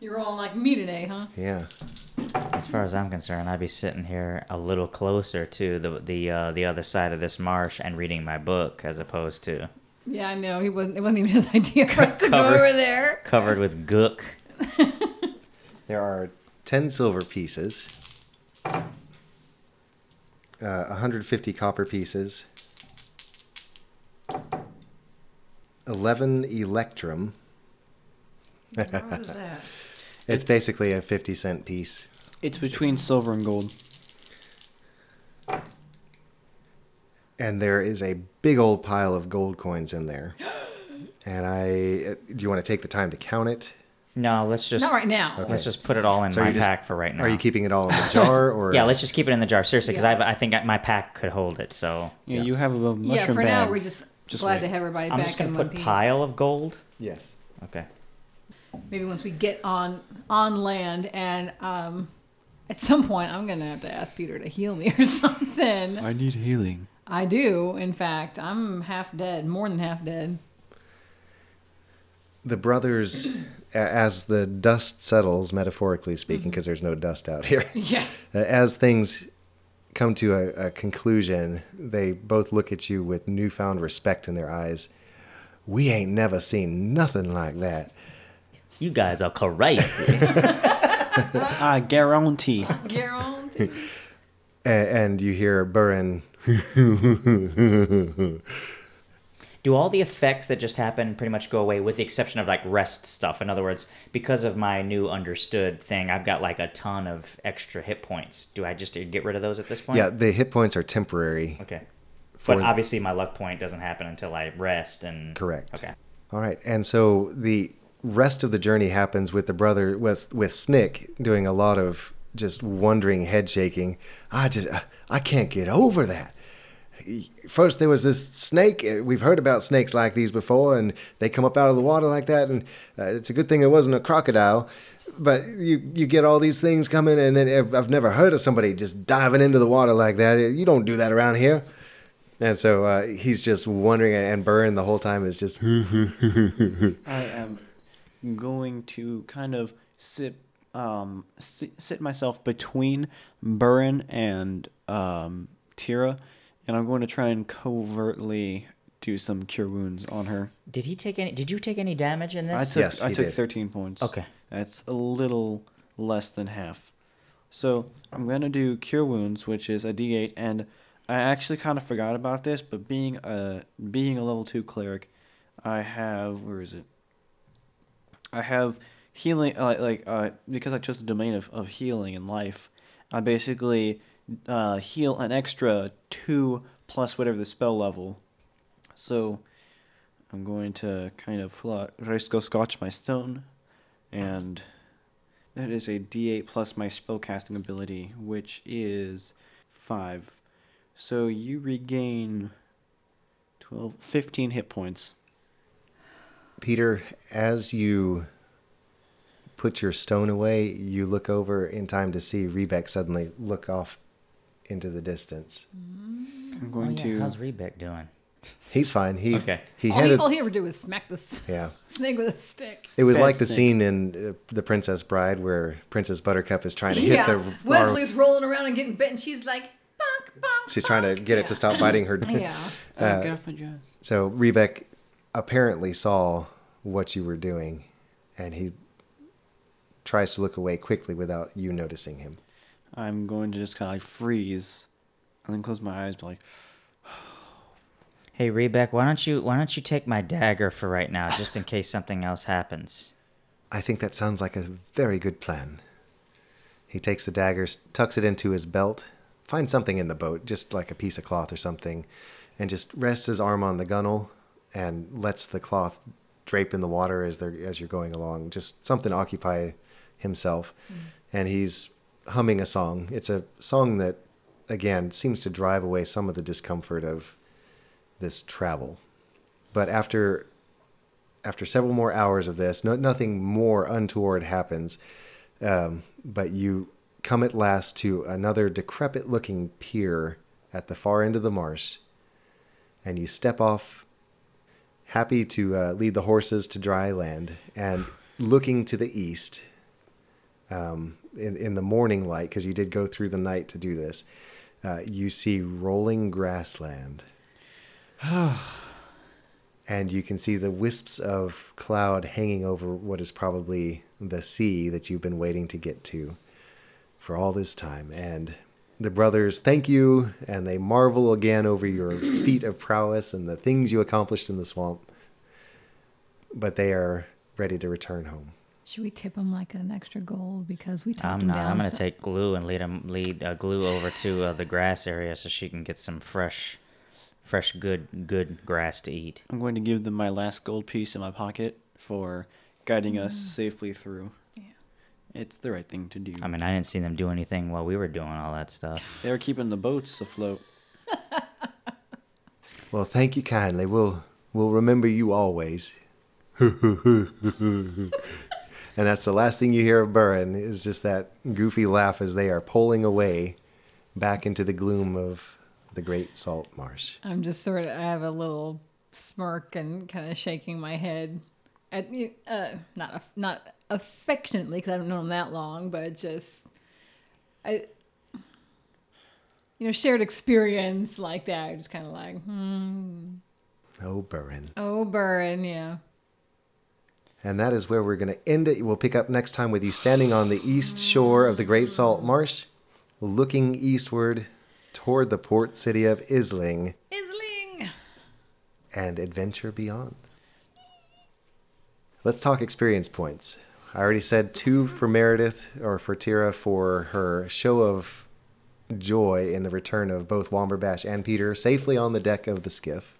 Speaker 2: You're all like me today, huh?
Speaker 1: Yeah.
Speaker 3: As far as I'm concerned, I'd be sitting here a little closer to the the uh, the other side of this marsh and reading my book, as opposed to
Speaker 2: Yeah, I know. He wasn't. It wasn't even his idea for us to go
Speaker 3: Cover.
Speaker 2: over there.
Speaker 3: covered with gook.
Speaker 1: There are 10 silver pieces, uh, 150 copper pieces, 11 electrum.
Speaker 2: What was that?
Speaker 1: It's basically a 50 cent piece.
Speaker 4: It's between silver and gold.
Speaker 1: And there is a big old pile of gold coins in there. And I. uh, Do you want to take the time to count it?
Speaker 3: No, let's just
Speaker 2: Not right now.
Speaker 3: let's just put it all in
Speaker 1: So
Speaker 3: my
Speaker 1: you're just-
Speaker 3: pack for right now.
Speaker 1: Are you keeping it all in the jar? or
Speaker 3: yeah, let's just keep it in the jar, seriously, because
Speaker 2: Yeah.
Speaker 3: I think I- my pack could hold it. So
Speaker 4: Yeah, you have a mushroom
Speaker 2: yeah, for
Speaker 4: bag.
Speaker 2: now we're just,
Speaker 4: Just
Speaker 2: glad
Speaker 4: wait.
Speaker 2: to have everybody
Speaker 3: I'm
Speaker 2: back
Speaker 3: just gonna
Speaker 2: in one
Speaker 3: put
Speaker 2: piece.
Speaker 3: pile of gold.
Speaker 1: Yes.
Speaker 3: Okay.
Speaker 2: Maybe once we get on on land, and um, at some point, I'm gonna have to ask Peter to heal me or something.
Speaker 4: I need healing.
Speaker 2: I do, in fact. I'm half dead, more than half dead.
Speaker 1: the brothers a- as the dust settles metaphorically speaking because there's no dust out here
Speaker 2: Yeah.
Speaker 1: uh, as things come to a, a conclusion they both look at you with newfound respect in their eyes we ain't never seen nothing like that
Speaker 3: You guys are crazy.
Speaker 4: I guarantee.
Speaker 2: Guarantee.
Speaker 1: A- and you hear Burin
Speaker 3: Do all the effects that just happen pretty much go away, with the exception of like rest stuff? In other words, because of my new understood thing, I've got like a ton of extra hit points. Do I just get rid of those at this point?
Speaker 1: yeah the hit points are temporary
Speaker 3: Okay.
Speaker 1: For-
Speaker 3: But obviously, my luck point doesn't happen until I rest and.
Speaker 1: Correct.
Speaker 3: Okay.
Speaker 1: all right and so the rest of the journey happens with the brother with with snick doing a lot of just wondering head shaking i just i can't get over that first there was this snake. uh, We've heard about snakes like these before, and they come up out of the water like that. And uh, it's a good thing it wasn't a crocodile. But you you get all these things coming, and then I've- I've never heard of somebody just diving into the water like that. You don't do that around here. And so uh, he's just wondering, and Burn the whole time is just
Speaker 4: I am going to kind of sit um sit, sit myself between Burin and um Tira and I'm going to try and covertly do some cure wounds on her.
Speaker 3: Did he take any? Did you take any damage in
Speaker 4: I
Speaker 3: this?
Speaker 4: took
Speaker 1: Yes,
Speaker 4: I
Speaker 1: you
Speaker 4: took
Speaker 1: did.
Speaker 4: 13 points.
Speaker 3: Okay.
Speaker 4: That's a little less than half. So, I'm going to do cure wounds, which is a d8 and I actually kind of forgot about this, but being a being a level 2 cleric, I have where is it? I have healing uh, like uh, because I chose the domain of, of healing and life. I basically uh, heal an extra two plus whatever the spell level. So I'm going to kind of pull out Resco Scotch my stone, and that is a D8 plus my spellcasting ability, which is five. So you regain 12, 15 hit points.
Speaker 1: Peter. As you put your stone away, you look over in time to see Rebeck suddenly look off into the distance.
Speaker 4: I'm
Speaker 3: Oh,
Speaker 4: going
Speaker 3: yeah,
Speaker 4: to. uh,
Speaker 3: How's Rebeck doing?
Speaker 1: He's fine. He
Speaker 3: Okay.
Speaker 1: he
Speaker 2: all, he,
Speaker 1: headed.
Speaker 2: all he ever did was smack this
Speaker 1: Yeah.
Speaker 2: snake with a stick.
Speaker 1: It was
Speaker 4: Bad
Speaker 1: like the
Speaker 4: snake.
Speaker 1: scene in uh, The Princess Bride where Princess Buttercup is trying to hit
Speaker 2: yeah.
Speaker 1: the.
Speaker 2: Wesley's rolling around and getting bit, and she's like, bonk, bonk.
Speaker 1: she's trying to get it to stop biting her.
Speaker 2: Yeah.
Speaker 4: Uh, get off my dress.
Speaker 1: So Rebeck apparently saw what you were doing, and he tries to look away quickly without you noticing him.
Speaker 4: I'm going to just kind of like freeze, and then close my eyes, be like,
Speaker 3: Hey, Rebeck, why don't you why don't you take my dagger for right now, just in case something else happens?
Speaker 1: I think that sounds like a very good plan. He takes the dagger, tucks it into his belt, finds something in the boat, just like a piece of cloth or something, and just rests his arm on the gunwale and lets the cloth drape in the water as they're as you're going along. Just something to occupy himself. And he's humming a song. It's a song that again seems to drive away some of the discomfort of this travel. But after after several more hours of this, no, nothing more untoward happens. Um, but you come at last to another decrepit looking pier at the far end of the marsh, and you step off, happy to uh, lead the horses to dry land. And looking to the east, um, in, in the morning light, because you did go through the night to do this, uh, you see rolling grassland. and you can see the wisps of cloud hanging over what is probably the sea that you've been waiting to get to for all this time. And the brothers thank you, and they marvel again over your feat of prowess and the things you accomplished in the swamp. But they are ready to return home.
Speaker 2: Should we tip him like an extra gold because we talked
Speaker 3: I'm
Speaker 2: him
Speaker 3: not.
Speaker 2: down?
Speaker 3: I'm gonna
Speaker 2: so-
Speaker 3: take glue and lead him lead uh, glue over to uh, the grass area so she can get some fresh, fresh good good grass to eat.
Speaker 4: I'm going to give them my last gold piece in my pocket for guiding
Speaker 3: Mm.
Speaker 4: us safely through. It's the right thing to do.
Speaker 3: I mean, I didn't see them do anything while we were doing all that stuff.
Speaker 4: They're keeping the boats afloat.
Speaker 1: Well, thank you kindly. We'll we'll remember you always. and that's the last thing you hear of Burren is just that goofy laugh as they are pulling away back into the gloom of the Great Salt Marsh.
Speaker 2: I'm just sort of. I have a little smirk and kind of shaking my head. At uh, not aff- not affectionately because I haven't known him that long, but just I. You know, shared experience like that. Just kind of like, hmm,
Speaker 1: Oh, Burren.
Speaker 2: oh, Burren, yeah.
Speaker 1: And that is where we're going to end it. We'll pick up next time with you standing on the east shore of the Great Salt Marsh, looking eastward toward the port city of Isling
Speaker 2: Isling.
Speaker 1: and adventure beyond. Let's talk experience points. I already said two for Meredith or for Tira for her show of joy in the return of both Womberbash and Peter safely on the deck of the skiff.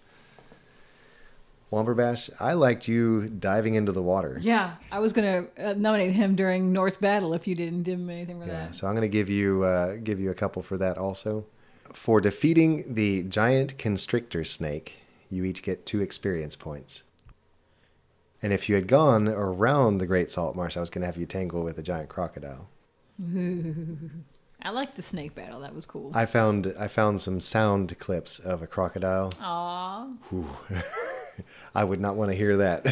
Speaker 1: Womberbash, I liked you diving into the water.
Speaker 2: Yeah, I was gonna uh, nominate him during North Battle if you didn't give him anything for
Speaker 1: Yeah,
Speaker 2: that.
Speaker 1: so I'm going to give you uh, give you a couple for that also. For defeating the giant constrictor snake, you each get two experience points. And if you had gone around the Great Salt Marsh, I was going to have you tangle with a giant crocodile.
Speaker 2: I liked the snake battle. That was cool.
Speaker 1: I found I found some sound clips of a crocodile.
Speaker 2: Aw,
Speaker 1: I would not want to hear that.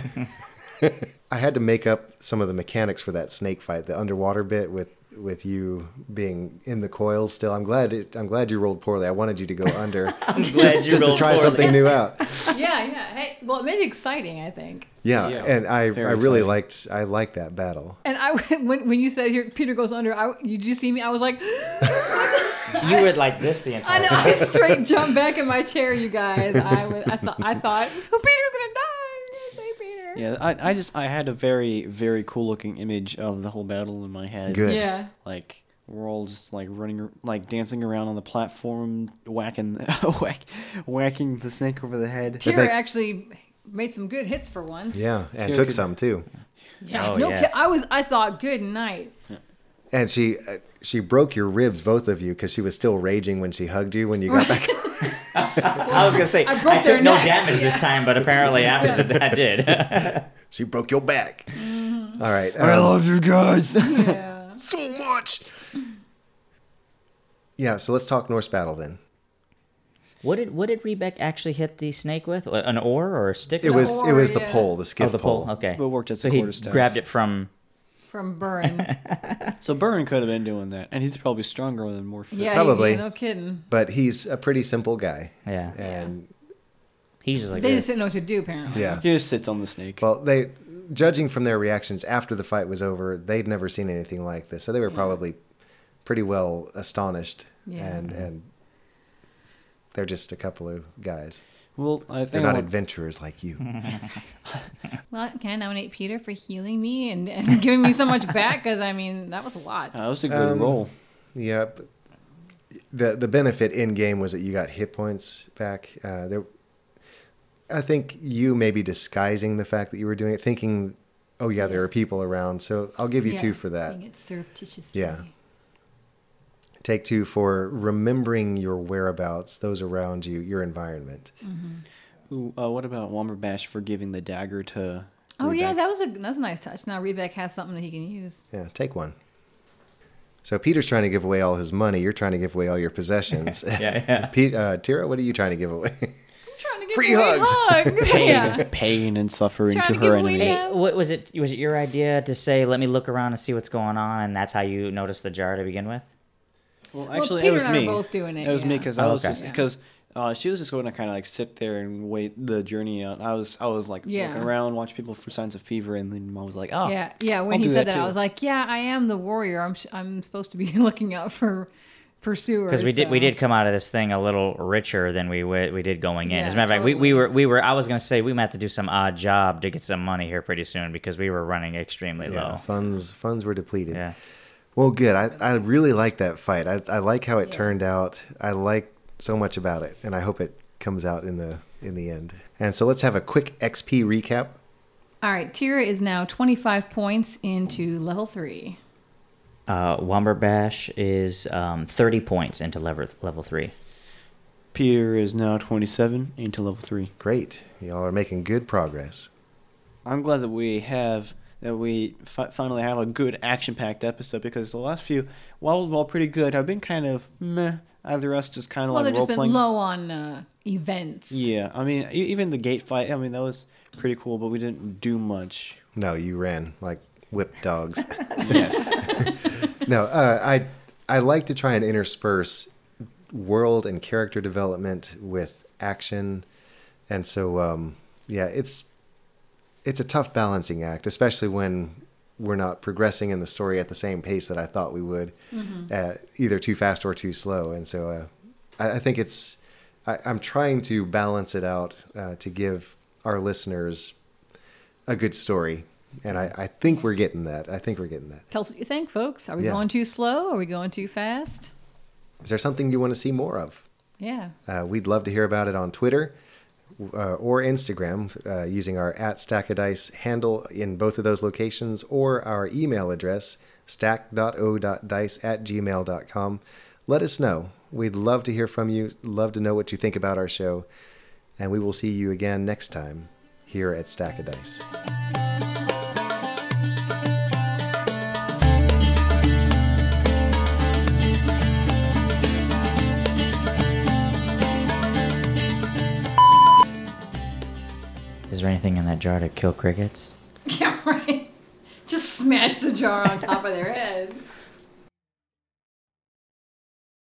Speaker 1: I had to make up some of the mechanics for that snake fight, the underwater bit with with you being in the coils still. I'm glad it, I'm glad you rolled poorly. I wanted you to go under
Speaker 3: Glad you
Speaker 1: just to
Speaker 3: rolled
Speaker 1: try
Speaker 3: poorly.
Speaker 1: something new out.
Speaker 2: yeah, yeah. Hey, well, it made it exciting. I think.
Speaker 1: Yeah,
Speaker 4: Yeah.
Speaker 1: and I
Speaker 4: Very
Speaker 1: I really
Speaker 4: exciting.
Speaker 1: liked I liked that battle.
Speaker 2: And I when when you said here Peter goes under, I you did you see me? I was like,
Speaker 3: You were like this the
Speaker 2: I
Speaker 3: entire
Speaker 2: know.
Speaker 3: time.
Speaker 2: I straight jumped back in my chair, you guys. I was, I thought I thought oh, Peter's gonna die. I'm gonna say Peter.
Speaker 4: Yeah, I, I just I had a very very cool looking image of the whole battle in my head.
Speaker 1: Good.
Speaker 2: Yeah.
Speaker 4: Like we're all just like running, like dancing around on the platform, whacking, whack, whacking the snake over the head.
Speaker 2: Tira
Speaker 1: think-
Speaker 2: actually made some good hits for once.
Speaker 1: Yeah, and
Speaker 4: Tira
Speaker 1: took
Speaker 4: could-
Speaker 1: some too.
Speaker 2: Yeah.
Speaker 3: Oh,
Speaker 2: no,
Speaker 3: yes.
Speaker 2: ki- I was I thought good night.
Speaker 1: And she uh, she broke your ribs, both of you, because she was still raging when she hugged you when you got back.
Speaker 3: I was gonna say I,
Speaker 2: broke their
Speaker 3: took no
Speaker 2: necks,
Speaker 3: damage this time, but apparently after that I did.
Speaker 1: she broke your back. All right,
Speaker 4: I
Speaker 1: um,
Speaker 4: love you guys.
Speaker 2: Yeah.
Speaker 1: so much. Yeah, so let's talk Norse battle then.
Speaker 3: what did what did Rebecca actually hit the snake with? What, An oar or a stick? or
Speaker 1: It was
Speaker 3: something?
Speaker 1: it was the
Speaker 2: yeah.
Speaker 1: pole, the
Speaker 3: oh
Speaker 1: skiff
Speaker 3: the pole. Okay,
Speaker 4: But worked as a
Speaker 3: so he
Speaker 4: quarterstaff.
Speaker 3: grabbed it from.
Speaker 2: From Burn.
Speaker 4: so Burn could have been doing that, and he's probably stronger than more fit.
Speaker 2: Yeah.
Speaker 1: Probably.
Speaker 2: yeah, no kidding.
Speaker 1: But he's a pretty simple guy,
Speaker 3: Yeah,
Speaker 1: and
Speaker 3: he's just like
Speaker 2: They
Speaker 3: this.
Speaker 2: just didn't know what to do apparently.
Speaker 1: yeah.
Speaker 4: He just sits on the snake.
Speaker 1: Well, they judging from their reactions after the fight was over, they'd never seen anything like this, so they were probably pretty well astonished,
Speaker 2: Yeah.
Speaker 1: and and they're just a couple of guys.
Speaker 4: Well, I
Speaker 1: They're
Speaker 4: think I
Speaker 1: not
Speaker 4: want-
Speaker 1: adventurers like you.
Speaker 2: Well, can I nominate Peter for healing me and, and giving me so much back? Because I mean, that was a lot.
Speaker 4: Uh, that was a good roll.
Speaker 1: yep. The the benefit in game was that you got hit points back. Uh, there, I think you may be disguising the fact that you were doing it, thinking, "Oh yeah, there are people around." So I'll give you two for that.
Speaker 2: It's surreptitious.
Speaker 1: Yeah. Take two for remembering your whereabouts, those around you, your environment.
Speaker 4: Ooh, uh, what about Womberbash for giving the dagger to?
Speaker 2: Oh yeah,
Speaker 4: Rebecca?
Speaker 2: that was a that's a nice touch. Now Rebek has something that he can use.
Speaker 1: Yeah, take one. So Peter's trying to give away all his money. You're trying to give away all your possessions. yeah, yeah. Pete, uh, Tira, what are you trying to give away?
Speaker 2: I'm trying to get
Speaker 1: Free hugs.
Speaker 2: hugs.
Speaker 4: pain,
Speaker 2: yeah.
Speaker 4: pain and suffering
Speaker 2: Trying
Speaker 4: to
Speaker 2: to
Speaker 4: her
Speaker 2: give way to-
Speaker 4: enemies.
Speaker 2: Yeah.
Speaker 3: Hey, what was it? Was it your idea to say, "Let me look around and see what's going on," and that's how you noticed the jar to begin with?
Speaker 4: Well,
Speaker 2: Peter
Speaker 4: actually, it
Speaker 2: and
Speaker 4: was
Speaker 2: I were
Speaker 4: me.
Speaker 2: both doing it,
Speaker 4: was me
Speaker 2: yeah.
Speaker 4: because
Speaker 3: Oh,
Speaker 4: I was
Speaker 3: okay.
Speaker 4: just because uh, she was just going to kind of like sit there and wait the journey out. I was I was like
Speaker 2: Yeah.
Speaker 4: looking around, watch people for signs of fever, and then mom was like, "Oh,
Speaker 2: Yeah, yeah. When
Speaker 4: I'll
Speaker 2: he
Speaker 4: do
Speaker 2: said that,
Speaker 4: that
Speaker 2: I
Speaker 4: too.
Speaker 2: was like, "Yeah, I am the warrior. I'm sh- I'm supposed to be looking out for pursuers."
Speaker 3: Because we did we
Speaker 2: so-
Speaker 3: did come out of this thing a little richer than we w- we did going in. As a
Speaker 2: Yeah,
Speaker 3: matter of fact, we,
Speaker 2: totally.
Speaker 3: we were we were I was gonna say we might have to do some odd job to get some money here pretty soon because we were running extremely
Speaker 1: Yeah,
Speaker 3: low.
Speaker 1: funds funds were depleted.
Speaker 3: Yeah.
Speaker 1: Well, good. I, I really like that fight. I, I like how it turned out. I like so much about it, and I hope it comes out in the in the end. And so let's have a quick XP recap.
Speaker 2: All right, Tira is now 25 points into level three.
Speaker 3: Uh, Womberbash is um, thirty points into level level three.
Speaker 4: Peter is now 27 into level three.
Speaker 1: Great, y'all are making good progress.
Speaker 4: I'm glad that we have that we fi- finally had a good action-packed episode because the last few, while well, pretty good, I've been kind of meh. Uh, the rest is kind of
Speaker 2: Well,
Speaker 4: like
Speaker 2: they've just
Speaker 4: role-playing.
Speaker 2: been low on uh, events.
Speaker 4: Yeah, I mean, e- even the gate fight. I mean, that was pretty cool, but we didn't do much.
Speaker 1: No, you ran like whip dogs.
Speaker 4: Yes.
Speaker 1: no, uh, I I like to try and intersperse world and character development with action, and so um, yeah, it's it's a tough balancing act, especially when we're not progressing in the story at the same pace that I thought we would, uh, either too fast or too slow. And so uh, I, I think it's I, I'm trying to balance it out uh, to give our listeners a good story. And I, I think we're getting that. I think we're getting that.
Speaker 2: Tell us what you think, folks. Are we
Speaker 1: Yeah.
Speaker 2: going too slow? Are we going too fast?
Speaker 1: Is there something you want to see more of?
Speaker 2: Yeah.
Speaker 1: Uh, we'd love to hear about it on Twitter uh, or Instagram uh, using our at Stack of Dice handle in both of those locations or our email address, stack.o.dice at gmail.com. Let us know. We'd love to hear from you, love to know what you think about our show, and we will see you again next time here at Stack of Dice.
Speaker 3: Is there anything in that jar to kill crickets?
Speaker 2: Yeah, right. Just smash the jar on top of their head.